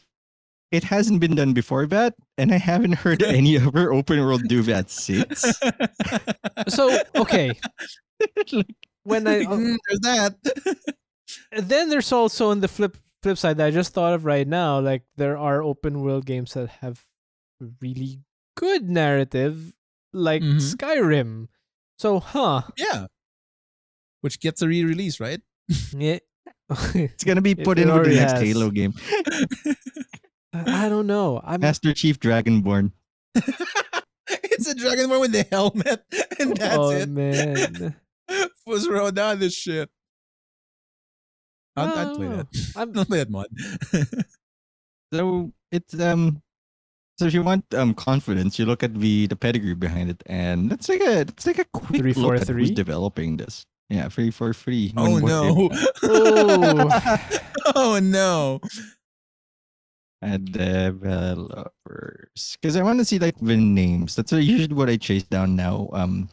it hasn't been done before that, and I haven't heard any other open world do that since.
So okay,
Like,
when I oh,
Mm, there's that.
And then there's also on the flip flip side that I just thought of right now, like there are open world games that have really good narrative, like
Mhm.
Skyrim. So, huh?
yeah. Which gets a re-release, right?
Yeah. I
it's gonna be
It-
put
it
in with
already
the next
has.
Halo game,
I don't know. I'm
Master Chief Dragonborn.
it's a Dragonborn with the helmet, and that's
oh
it.
man,
was rolled down this shit. I'd, I'd play that.
I'm
I'd play that mod.
So it's um, So if you want um confidence, you look at the the pedigree behind it, and it's like a it's like a quick
Three, four,
look at
three?
who's developing this. Yeah, three for free.
Oh no.
Oh,
oh no.
And developers, because I want to see like the names. That's usually what I chase down now. Um,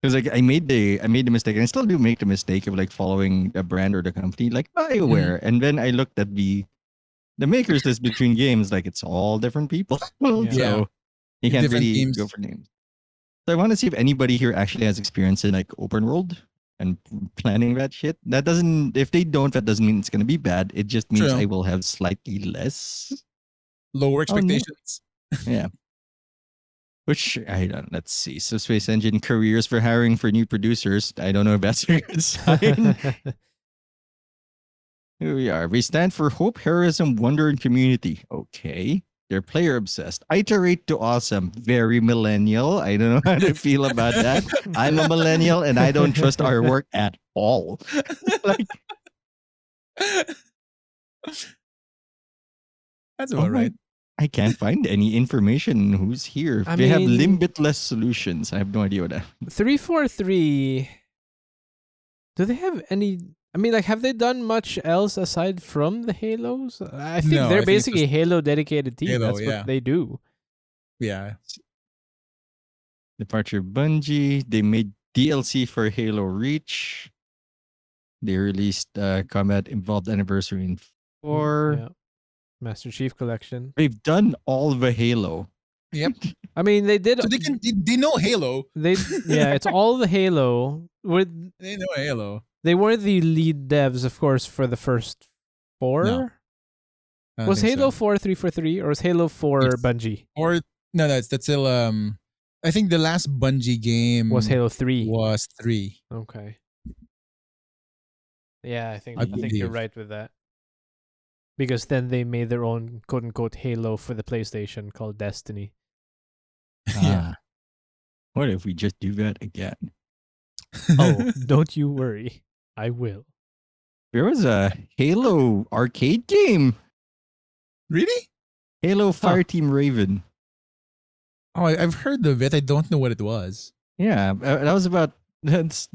because like I made the I made the mistake, and I still do make the mistake of like following a brand or the company, like Bioware, and then I looked at the the makers list between games, like it's all different people.
Yeah.
So you can't
Different
really
teams.
go for names. So I want to see if anybody here actually has experience in like open world and planning that shit. That doesn't if they don't, that doesn't mean it's gonna be bad. It just means
True.
I will have slightly less.
Lower
Oh, no.
expectations.
Which I don't let's see. So Space Engine careers for hiring for new producers. I don't know if that's a good sign. Here we are. We stand for hope, heroism, wonder, and community. Okay. They're player obsessed. Iterate to awesome. Very millennial. I don't know how to feel about that. I'm a millennial and I don't trust our work at all. Like,
That's
Oh
all
my-
right.
I can't find any information who's here.
I
they
mean-
have limbitless solutions. I have no idea what that.
three four three. Do they have any? I mean, like, have they done much else aside from the Halos? I think
No, I
they're
think it's
basically a Halo dedicated team.
Halo,
That's
yeah.
what they do.
Yeah.
Departure Bungie. They made DLC for Halo Reach. They released uh, Combat Involved Anniversary in 4.
Yeah. Master Chief Collection.
They've done all the Halo.
I mean, they did.
So they can they, they know Halo.
They yeah, it's all the Halo. Were
They know Halo.
they were the lead devs, of course, for the first four.
No, I don't
was
think
Halo
so.
four three four three, or was Halo four
Yes.
Bungie?
or no no it's that's still um I think the last Bungie game
Was Halo three?
was three.
Okay. Yeah, I think
I
I, think you're
believe.
right with that. Because then they made their own quote unquote Halo for the PlayStation called Destiny.
Yeah.
Ah. What if we just do that again?
Oh, don't you worry. I will.
There was a Halo arcade game,
really?
Halo Fire Team Raven.
Oh, I, I've heard of it. I don't know what it was.
Yeah, uh, that was about that's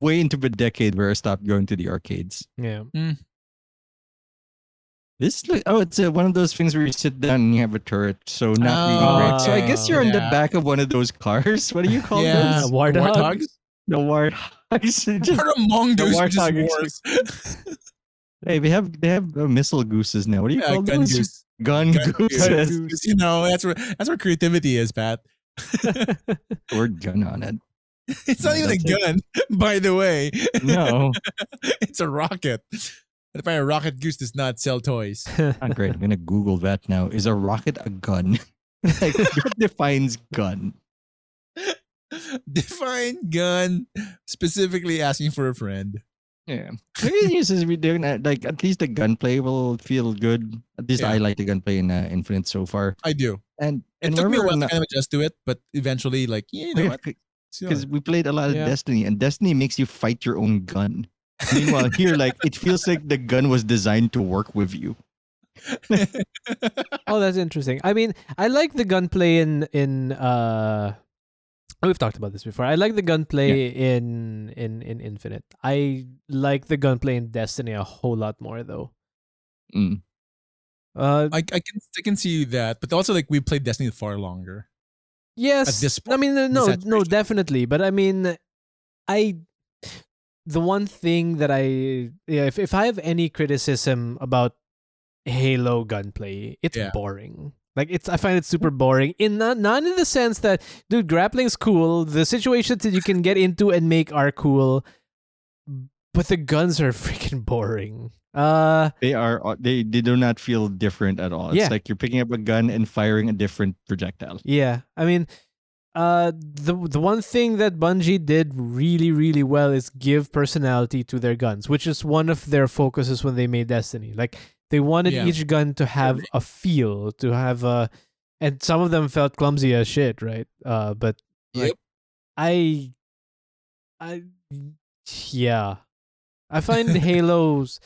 way into the decade where I stopped going to the arcades.
Yeah.
This look, oh, it's uh, one of those things where you sit down and you have a turret, so not really
Oh,
right. So I guess you're in the
Ah. yeah.
back of one of those cars. What do you call
Yeah.
Uh,
those?
Warthog?
Warthogs?
The warthogs. Just-
What among
The
those just
Warthog
wars?
hey, they have they have uh, missile gooses now. What do you
Yeah,
call
gun
those?
goose.
Gun,
Gun
gooses.
goose.
You know, that's where that's where creativity is, Pat.
Word gun on it.
It's not
Yeah,
even a
that's
gun, by the way.
No,
it's a rocket. But if I a rocket goose does not sell toys.
Oh, great. I'm gonna Google that now. Is a rocket a gun? like, what defines gun?
Define gun specifically asking for a friend.
Yeah. The good news is we're doing that. Like, at least the gunplay will feel good. At least
Yeah.
I like the gunplay in uh, Infinite so far.
I do.
And
It
and
took me a
remember
while to
when-
kind of adjust to it, but eventually, like, yeah, you know what? It's all
because we played a lot of
Yeah.
Destiny, and Destiny makes you fight your own gun. Meanwhile, here, like, it feels like the gun was designed to work with you.
right.
Oh, that's interesting. I mean, I like the gunplay in in uh we've talked about this before. I like the gunplay in in in Infinite. I like the gunplay in Destiny a whole lot more though.
Mm.
Uh
I, I can I can see that, but also like we played Destiny far longer.
yes.
this
I
point,
mean uh, no no
saturation.
definitely, but I mean I the one thing that I yeah, if if I have any criticism about Halo gunplay, it's
Yeah. Mm.
boring. Like it's I find it super boring. In not not in the sense that dude, grappling's cool. The situations that you can get into and make are cool, but the guns are freaking boring. Uh,
They are uh, they they do not feel different at all. It's
Yeah.
like you're picking up a gun and firing a different projectile.
yeah. I mean, uh, the the one thing that Bungie did really really well is give personality to their guns, which is one of their focuses when they made Destiny. Like they wanted
Yeah.
each gun to have a feel, to have a, and some of them felt clumsy as shit, right? Uh, but
Yep.
I, I, yeah, I find Halo's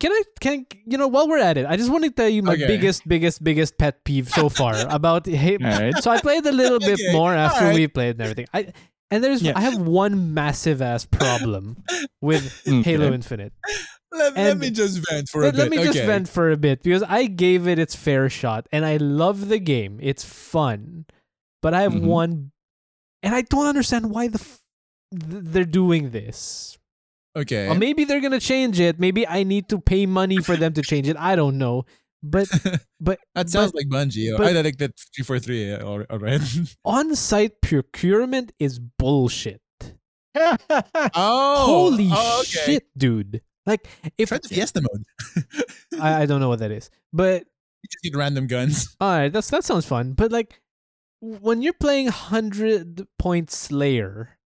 can I can you know while we're at it, I just want to tell you my
Okay.
biggest, biggest, biggest pet peeve so far about hey,
Alright.
so I played a little bit
Okay,
more after
alright.
we played and everything. I and there's
Yeah.
I have one massive ass problem with Halo
Okay.
Infinite.
Let, let
And-
me just vent for
Let,
a bit.
let me just
Okay.
vent for a bit because I gave it its fair shot and I love the game. It's fun, but I have
Mm-hmm.
Mhm.
one, and I don't understand why the f- th- they're doing this.
Okay.
Or maybe they're gonna change it. Maybe I need to pay money for them to change it. I don't know. But but
that sounds like Bungie.
but-
I like that three four three eh, already.
on site procurement is bullshit.
oh,
Holy
oh, okay.
shit, dude. Like if
Try the Fiesta mode.
I, I don't know what that is. But
You just get random guns.
alright, that's that sounds fun. But like when you're playing hundred point Slayer.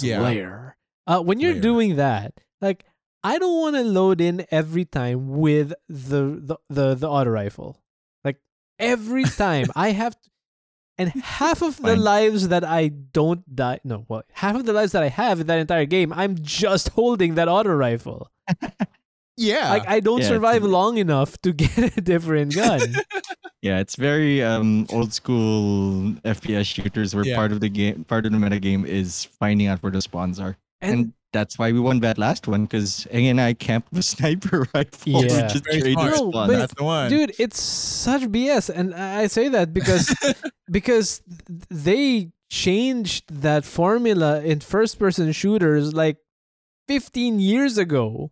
Yeah.
Slayer. Uh when you're
Slayer.
doing that, like I don't want to load in every time with the the the, the auto rifle. Like every time I have and half of the
Fine.
lives that I don't die no, well, half of the lives that I have in that entire game, I'm just holding that auto rifle.
Yeah.
Like I don't
Yeah, it's
survive
a-
long enough to get a different gun.
Yeah, it's very um, old school FPS shooters where
Yeah.
part of the game, part of the meta game is finding out where the spawns are, and,
and
that's why we won that last one because Eng and I camped with sniper rifles,
Yeah.
just
Very
traded
smart.
No,
spawns.
but-
That's the one.
dude, it's such BS and I I say that because because th- they changed that formula in first person shooters like 15 years ago.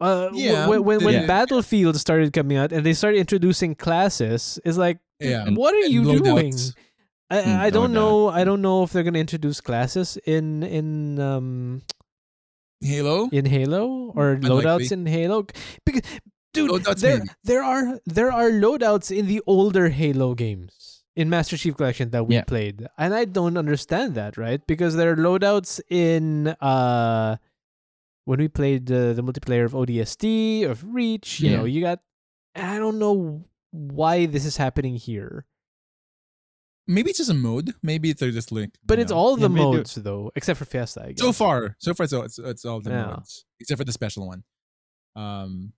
Uh, wh-
Yeah,
wh- when when
yeah.
Battlefield started coming out and they started introducing classes, it's like,
yeah.
what are
and
you
loadouts.
doing?
Mm,
I, I don't
loadout.
know. I don't know if they're gonna introduce classes in in um
Halo.
in Halo or
Unlikely.
loadouts in Halo? Because dude,
Loadouts
there
maybe.
there are there are loadouts in the older Halo games in Master Chief Collection that we
Yeah.
played, and I don't understand that, right? Because there are loadouts in uh when we played uh, the multiplayer of ODST of Reach. You
Yeah.
know, you got. and I don't know why this is happening here,
Maybe it's just a mode. Maybe they're just linked.
but
you
it's
know.
all the
Yeah, maybe-
modes though, except for Fiesta. I guess.
so far. So far, it's all, it's, it's all the
Yeah.
modes except for the special one. Um,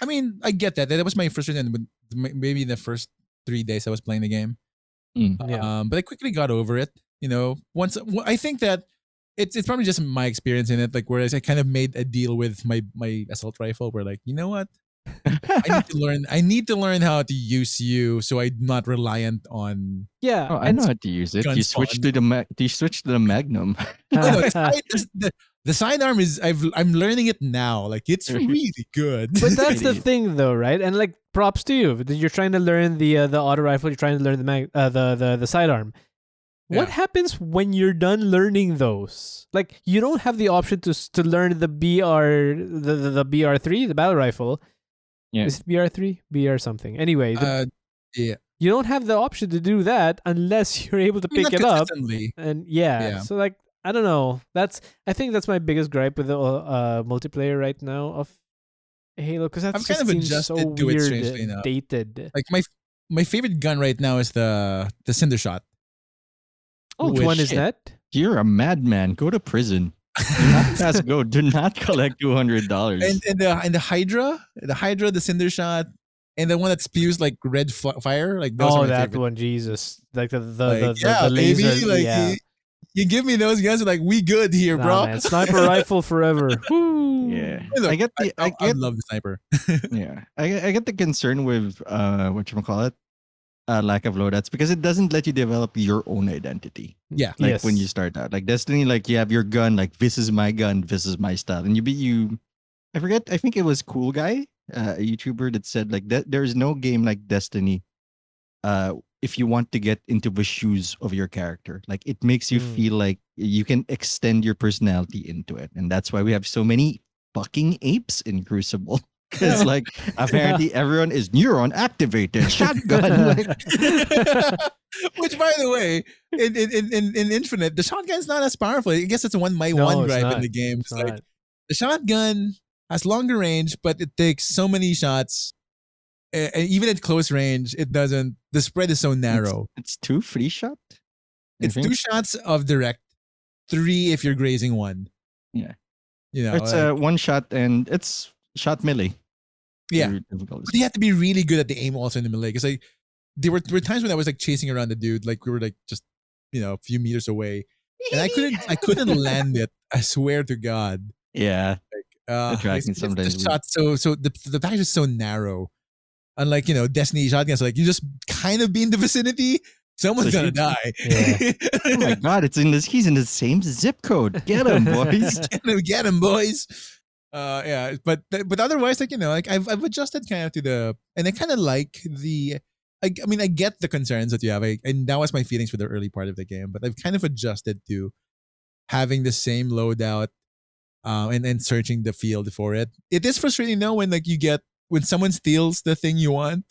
I mean, I get that. That was my frustration. With m- maybe the first three days I was playing the game.
Mm.
Yeah.
Um, but I quickly got over it. You know, once w- I think that it's it's probably just my experience in it. Like, whereas I kind of made a deal with my my assault rifle, where like, you know what, I need to learn. I need to learn how to use you, so I'm not reliant on.
yeah,
Oh, I
and-
know how to use it.
gun
You switch
spawn.
to the ma- you switch to the Magnum.
No, no, it's- I- it's- the, the sidearm is I've I'm learning it now. Like, it's
Mm-hmm.
really good.
But that's the
Idiot.
thing, though, right? And like, props to you. that You're trying to learn the uh, the auto rifle. You're trying to learn the mag- uh, the the the sidearm. What
Yeah.
happens when you're done learning those? Like, you don't have the option to s- to learn the BR the the, the BR three, the battle rifle.
Yeah.
Is it BR three? BR something. Anyway, the,
Uh,
you don't have the option to do that unless you're able to
I mean,
pick
not
it up.
consistently.
And yeah,
Yeah.
so like, I don't know. That's I think that's my biggest gripe with the uh, multiplayer right now of Halo because that's
I've
just
kind of
seems
adjusted
so
to it,
weird
strangely
and
enough.
dated.
Like my my favorite gun right now is the the cinder shot.
Which
Oh,
one is
shit.
that?
You're a madman. Go to prison. Do not pass go. Do not collect two hundred dollars.
and and the and the Hydra, the Hydra, the Cinder Shot, and the one that spews like red fl- fire, like those
Oh,
are my
that
favorite.
one, Jesus! Like the the
Like,
the, the,
yeah,
the
baby,
laser.
like
yeah.
you, you give me those guys, like we good here,
Nah,
bro.
man, sniper rifle forever. Woo.
Yeah,
Look,
I get
I,
the I,
I
get
love the sniper.
yeah I, get- I get the concern with uh what you call it uh lack of loadouts because it doesn't let you develop your own identity
Yeah.
like
yes.
when you start out like Destiny like you have your gun like this is my gun this is my stuff and you be you I forget I think it was Cool Guy uh, a YouTuber that said like that there is no game like Destiny uh if you want to get into the shoes of your character like it makes you
Mm.
feel like you can extend your personality into it and that's why we have so many fucking apes in Crucible. Because like apparently everyone is neuron activated shotgun. like,
Which, by the way, in, in, in- in, in Infinite, the shotgun's not as powerful. I guess it's one my
No,
one
it's
gripe
not.
in the game. It's like
Alright.
the shotgun has longer range, but it takes so many shots. A- And even at close range, it doesn't. The spread is so narrow.
it's two free shot. I
It's,
think.
two shots of direct, three if you're grazing one.
Yeah.
You know,
It's
like-
uh, one shot and it's shot melee.
Yeah.
Very difficult.
But you have to be really good at the aim also in the melee. Because like there were, there were times when I was like chasing around the dude, like we were like just you know a few meters away, and I couldn't I couldn't land it. I swear to God.
Yeah.
Uh,
The dragon
it's- it's
sometimes
the
is-
shot so so the the package is so narrow. Unlike you know Destiny shotguns, like you just kind of be in the vicinity, someone's
So
gonna
you-
die.
Yeah.
Oh my god, it's in this he's in the same zip code. Get him, boys.
Get 'em, get him, boys. Uh, yeah, but but otherwise, like you know, like I've I've adjusted kind of to the, and I kind of like the. I, I mean, I get the concerns that you have, I, and that was my feelings for the early part of the game. But I've kind of adjusted to having the same loadout, um, and and searching the field for it. It is frustrating though when like you get when someone steals the thing you want.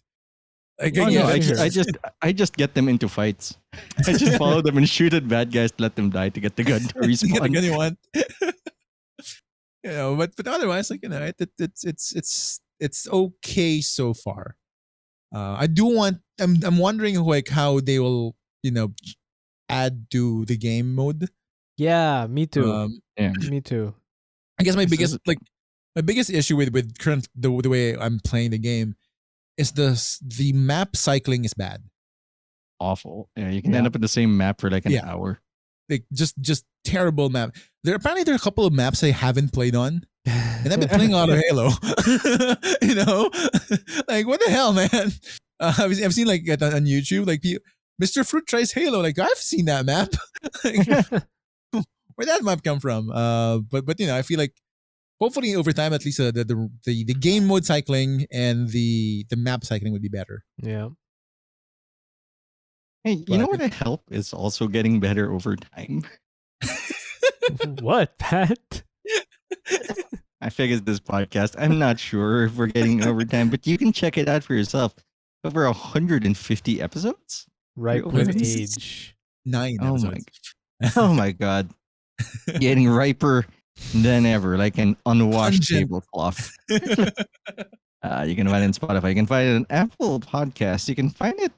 Like,
Oh,
No,
yeah,
no, I,
sure.
ju- I just I just get them into fights. I just follow them and shoot at bad guys to let them die to get the gun to
You get the
respawn.
gun you want. you know, but but otherwise, like you know, it, it, it's it's it's it's okay so far. Uh, I do want. I'm I'm wondering like how they will you know add to the game mode.
yeah, me too.
Um,
Yeah.
me too.
I guess my
This
biggest
is-
like my biggest issue with with current the, the way I'm playing the game is the s- the map cycling is bad.
Awful. Yeah, you can
Yeah.
end up in the same map for like an
Yeah.
hour.
Like just just terrible map. There apparently there are a couple of maps I haven't played on. and I've been playing a lot of Halo. you know, like what the hell, man? Uh, I've, I've seen like on, on YouTube, like pe- Mr. Fruit tries Halo. Like I've seen that map. like, where that map come from? Uh, but but you know, I feel like hopefully over time, at least uh, the, the the the game mode cycling and the the map cycling would be better.
yeah.
Hey, you
But I
know what I help is also getting better over time.
what, Pat?
I figured this podcast. I'm not sure if we're getting overtime, but you can check it out for yourself. Over 150 episodes?
Ripe
over
with
56?
age.
Nine.
Oh my
episodes.
Oh my god. Getting riper than ever, like an unwashed
Pungent.
tablecloth. Uh, you can find it in Spotify. You can find it on Apple Podcasts. You can find it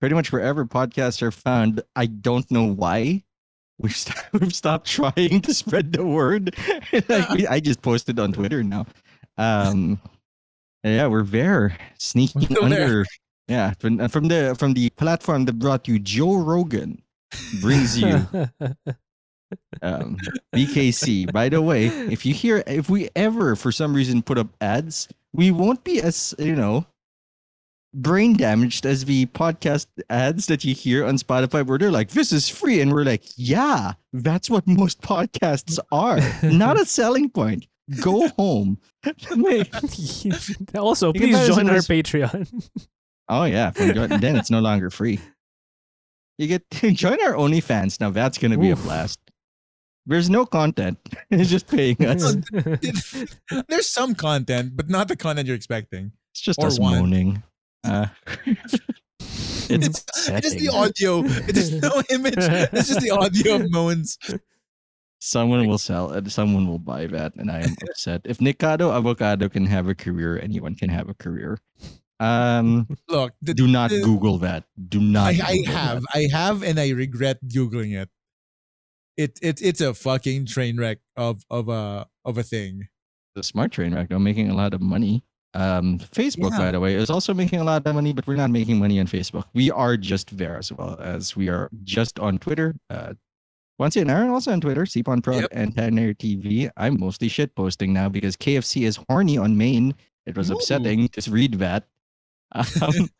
pretty much wherever podcasts are found. I don't know why. We've, st- we've stopped trying to spread the word. like we, I just posted on Twitter now. Um, yeah, we're there, sneaking
We're
under.
there.
Yeah, from, uh, from the from the platform that brought you Joe Rogan brings you um, BKC. By the way, if you hear, if we ever for some reason put up ads, we won't be as you know brain damaged as the podcast ads that you hear on Spotify, where they're like, "This is free," and we're like, "Yeah, that's what most podcasts are. Not a selling point. Go home."
also,
You can buy
please
us
join
a
our
nice-
Patreon.
Oh yeah, from Jordan, then it's no longer free. You get join our OnlyFans now. That's gonna be
Oof.
a blast. There's no content. It's just paying us.
There's some content, but not the content you're expecting.
It's just
Or
us
one.
moaning. Uh, it's
It's
upsetting.
the audio. It's no image. It's just the audio of moans.
someone will sell it. Someone will buy that, and I am upset. If Nikado Avocado can have a career, anyone can have a career. Um,
Look, the,
do not
the-
Google that. Do not.
I, I
Google
have,
that.
I have, and I regret googling it. It it it's a fucking train wreck of of a of a thing.
the smart train right now making a lot of money. Um, Facebook,
Yeah.
by the way, is also making a lot of money, but we're not making money on Facebook. We are just there as well as we are just on Twitter. Uh, once in Aaron also on Twitter, Cpon Pro
Yep.
and Tanner TV. I'm mostly shit posting now because KFC is horny on Maine. It was
Ooh.
upsetting to read that. Um,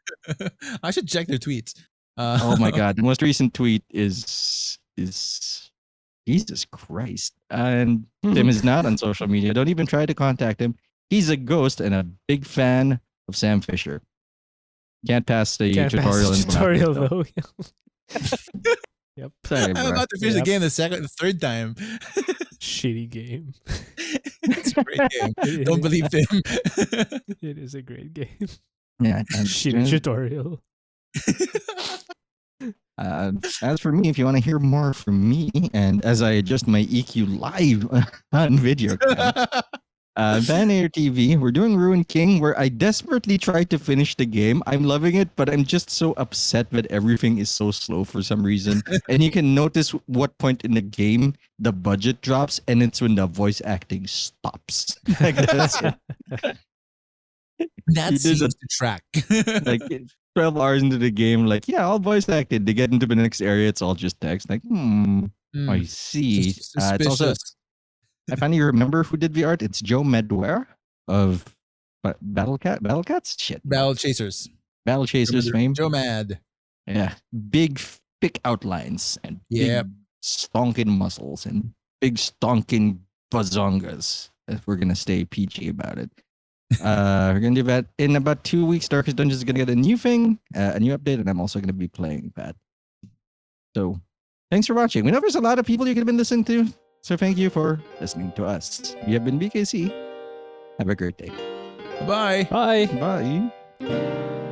I should check their tweets. Uh,
oh my god, the most recent tweet is is Jesus Christ, and
Hmm.
Tim is not on social media. Don't even try to contact him. He's a ghost and a big fan of Sam Fisher. Can't pass the
Can't pass the
tutorial. in Monopoly,
tutorial
though.
though.
Sorry,
I'm
bro.
about to finish
Yep.
the game the second, the third time.
Shitty game.
it's a great game.
It
Don't
is-
believe them.
It is a great game.
Yeah, I'm-
Shitty tutorial.
Uh, as for me, if you want to hear more E from me, and as I adjust my EQ live on video, Uh, Van Air TV, we're doing Ruin King, where I desperately try to finish the game. I'm loving it, but I'm just so upset that everything is so slow for some reason. and you can notice what point in the game the budget drops, and it's when the voice acting stops. like, that's it.
That
It is
seems
a-
to track.
like 12 hours into the game, like, yeah, all voice acted. They get into the next area, it's all just text. Like, hmm, I
Mm.
see.
Sus-
Uh, it's also
suspicious.
I finally remember who did the art. It's Joe Medware of ba- Battle Cat. Battle Cats? Shit.
Battle Chasers.
Battle Chasers
Remember
fame.
Joe Mad.
Yeah. Big, thick outlines and
Yeah.
big, stonking muscles and big, stonking bazongas. If we're going to stay PG about it. uh, we're going to do that in about two weeks. Darkest Dungeons is going to get a new thing, uh, a new update, and I'm also going to be playing that. So thanks for watching. We know there's a lot of people you could have been listening to. So thank you for listening to us. We have been BKC. Have a great day.
Bye.
Bye.
Bye.